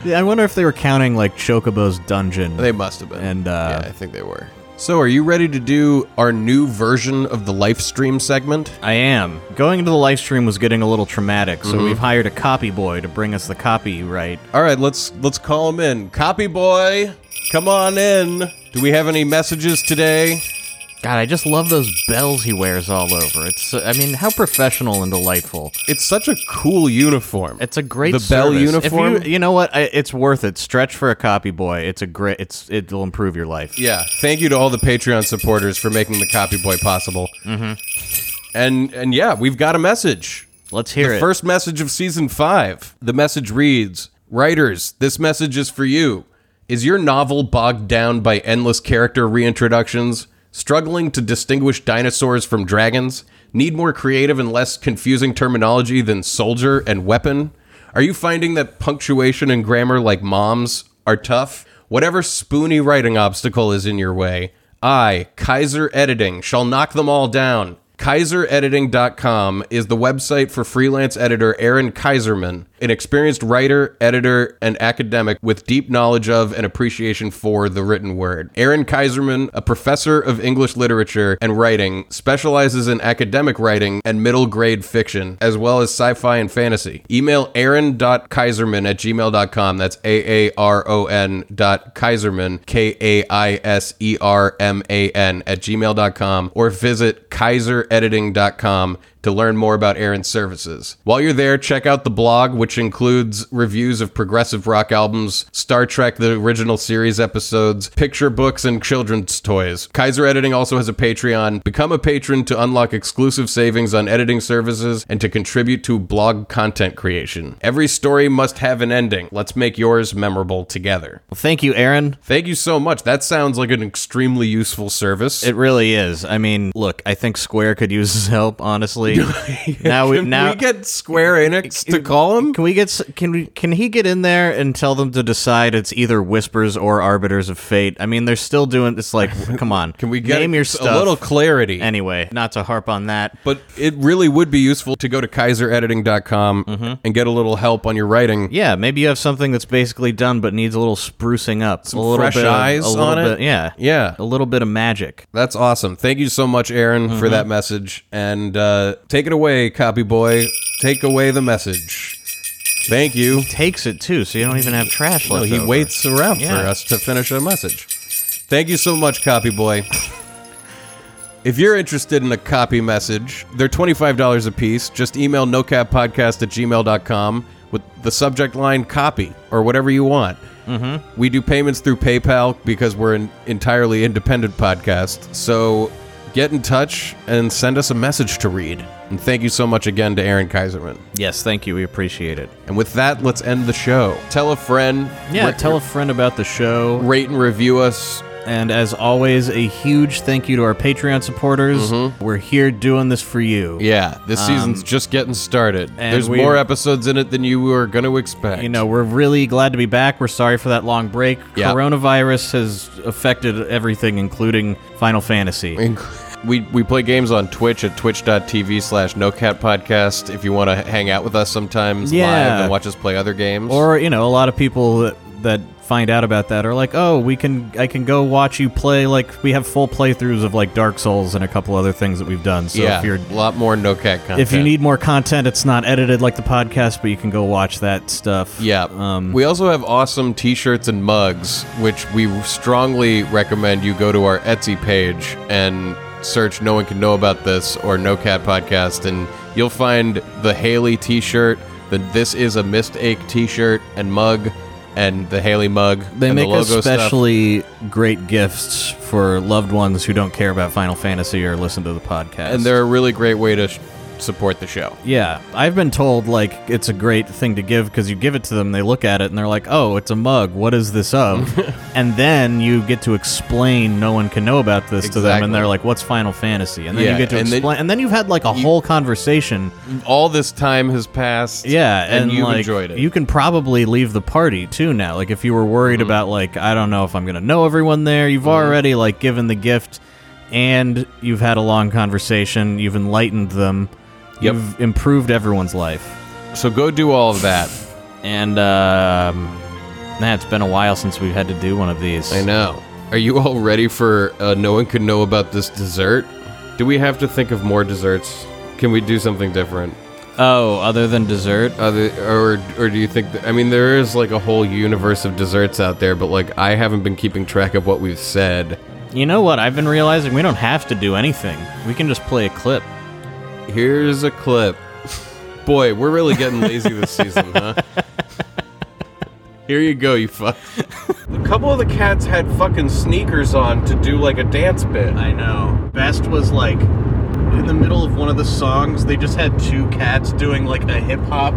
O: Yeah, I wonder if they were counting like Chocobo's dungeon.
D: They must have been.
O: And, uh,
D: yeah, I think they were. So, are you ready to do our new version of the live stream segment?
O: I am. Going into the live stream was getting a little traumatic,
D: Mm-hmm.
O: so we've hired a copy boy to bring us the copyright.
D: All right, let's let's call him in. Copy boy, come on in. Do we have any messages today?
O: God, I just love those bells he wears all over. It's uh, I mean, how professional and delightful.
D: It's such a cool uniform.
O: It's a great
D: The bell
O: service. If
D: uniform?
O: you, you know what? I, it's worth it. Stretch for a copy boy. It's a great. It's it'll improve your life.
D: yeah. Thank you to all the Patreon supporters for making the Copy Boy possible. Mm-hmm. And and yeah, we've got a message.
O: Let's hear
D: the
O: it.
D: first message of season five. The message reads Writers, this message is for you. Is your novel bogged down by endless character reintroductions? Struggling to distinguish dinosaurs from dragons? Need more creative and less confusing terminology than soldier and weapon? Are you finding that punctuation and grammar like moms are tough? Whatever spoony writing obstacle is in your way, I, Kaiser Editing, shall knock them all down. KaiserEditing.com is the website for freelance editor Aaron Kaiserman, an experienced writer, editor, and academic with deep knowledge of and appreciation for the written word. Aaron Kaiserman, a professor of English literature and writing, specializes in academic writing and middle grade fiction, as well as sci fi and fantasy. Email aaron.kaiserman at gmail.com. That's A A R O N dot Kaiserman, K A I S E R M A N, at gmail.com, or visit kaiserediting.com to learn more about Aaron's services. While you're there, check out the blog, which includes reviews of progressive rock albums, Star Trek, the original series episodes, picture books, and children's toys. Kaiser Editing also has a Patreon. Become a patron to unlock exclusive savings on editing services and to contribute to blog content creation. Every story must have an ending. Let's make yours memorable together.
O: Well, thank you, Aaron.
D: Thank you so much. That sounds like an extremely useful service.
O: It really is. I mean, look, I think Square could use his help, honestly. now we
D: Can
O: now
D: we get Square Enix to call him?
O: can we get s- can we can he get in there and tell them to decide it's either Whispers or Arbiters of Fate? I mean, they're still doing. It's like, come on.
D: Can we get
O: name
D: a,
O: your stuff?
D: a little clarity?
O: anyway, not to harp on that.
D: but it really would be useful to go to kaiserediting.com and get a little help on your writing.
O: Mm-hmm. Yeah, maybe you have something that's basically done but needs a little sprucing up, a little
D: fresh
O: bit of-
D: eyes
O: a little
D: on it?
O: bit- Yeah,
D: Yeah.
O: a little bit of magic.
D: That's awesome. Thank you so much, Aaron,
O: Mm-hmm.
D: for that message. And uh, take it away, copy boy. Take away the message. Thank you.
O: Takes it too, so you don't even have trash
D: No,
O: left.
D: he
O: over.
D: waits around for
O: Yeah.
D: us to finish a message. Thank you so much, Copy Boy. If you're interested in a copy message, they're $25 a piece. Just email nocappodcast at gmail.com with the subject line copy or whatever you want. Mm-hmm. We do payments through PayPal because we're an entirely independent podcast. So get in touch and send us a message to read. And thank you so much again to Aaron Kaiserman.
O: Yes, thank you. We appreciate it.
D: And with that, let's end the show. Tell a friend.
O: Yeah,
D: Re-
O: tell a friend about the show.
D: rate and review us.
O: And as always, a huge thank you to our Patreon supporters. We're here doing this for you.
D: Yeah, this season's just getting started.
O: Um, and
D: There's
O: we-
D: more episodes in it than you were going to expect.
O: You know, we're really glad to be back. We're sorry for that long break.
D: Yeah.
O: Coronavirus has affected everything, including Final Fantasy.
D: Inc- we we play games on Twitch at twitch.tv slash nocat podcast if you want to hang out with us sometimes
O: Yeah.
D: live and watch us play other games.
O: or you know a lot of people that, that find out about that are like, oh, we can, I can go watch you play. Like we have full playthroughs of like Dark Souls and a couple other things that we've done. So
D: yeah,
O: if you're
D: a lot more no cat content.
O: if you need more content, it's not edited like the podcast, but you can go watch that stuff.
D: Yeah.
O: Um,
D: we also have awesome t shirts and mugs, which we strongly recommend you go to our Etsy page and search No One Can Know About This or No Cat Podcast, and you'll find the Haley t shirt, the This Is a Mistake t shirt and mug, and the Haley mug.
O: They
D: and
O: make
D: the logo Stuff.
O: especially great gifts for loved ones who don't care about Final Fantasy or listen to the podcast.
D: And they're a really great way to sh- support the show.
O: yeah, I've been told like it's a great thing to give because you give it to them, they look at it and they're like, "Oh, it's a mug. What is this of?" and then you get to explain. No one can know about this to them, and
D: Exactly.
O: they're like, "What's Final Fantasy?" And then
D: Yeah,
O: you get to
D: and then-
O: explain, and then you've had like a whole conversation.
D: All this time has passed.
O: Yeah,
D: and,
O: and,
D: you
O: like,
D: enjoyed it.
O: You can probably leave the party too now. Like if you were worried about like I don't know if I'm gonna know everyone there, you've already like given the gift, and you've had a long conversation. You've enlightened them.
D: Yep.
O: You've improved everyone's life.
D: so go do all of that.
O: And um, nah, it's been a while since we've had to do one of these.
D: I know. Are you all ready for uh, no one could know about this dessert? Do we have to think of more desserts? Can we do something different?
O: Oh, other than dessert,
D: Other, or or do you think? That, I mean, there is like a whole universe of desserts out there, but like I haven't been keeping track of what we've said.
O: you know what? I've been realizing we don't have to do anything. We can just play a clip.
D: Here's a clip. Boy, we're really getting lazy this season, huh? Here you go, you fuck.
P: A couple of the cats had fucking sneakers on to do like a dance bit.
Q: I know. Best was like in the middle of one of the songs, they just had two cats doing like a hip hop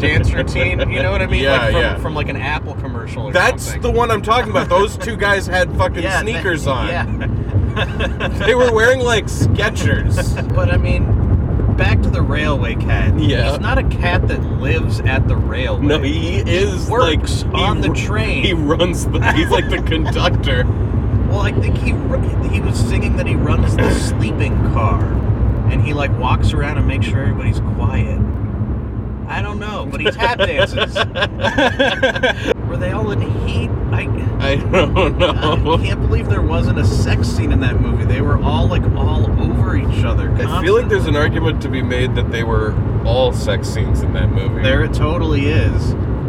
Q: dance routine. You know what I mean?
P: Yeah,
Q: like from,
P: yeah.
Q: from like an Apple commercial or
P: That's
Q: something.
P: the one I'm talking about. Those two guys had fucking sneakers on.
Q: Yeah.
P: They were wearing like Skechers.
Q: But I mean, back to the railway cat.
P: Yeah.
Q: He's not a cat that lives at the railway.
P: No, he is
Q: Works
P: like
Q: on
P: he,
Q: the train.
P: He runs. The, he's like the conductor.
Q: Well, I think he ru- he was singing that he runs the sleeping car, and he like walks around and makes sure everybody's quiet. I don't know, but he tap dances. Were they all in heat? I,
P: I don't
Q: I
P: know.
Q: can't believe there wasn't a sex scene in that movie. They were all like all over each other.
P: I feel like there's an argument to be made that they were all sex scenes in that movie.
Q: there it totally is.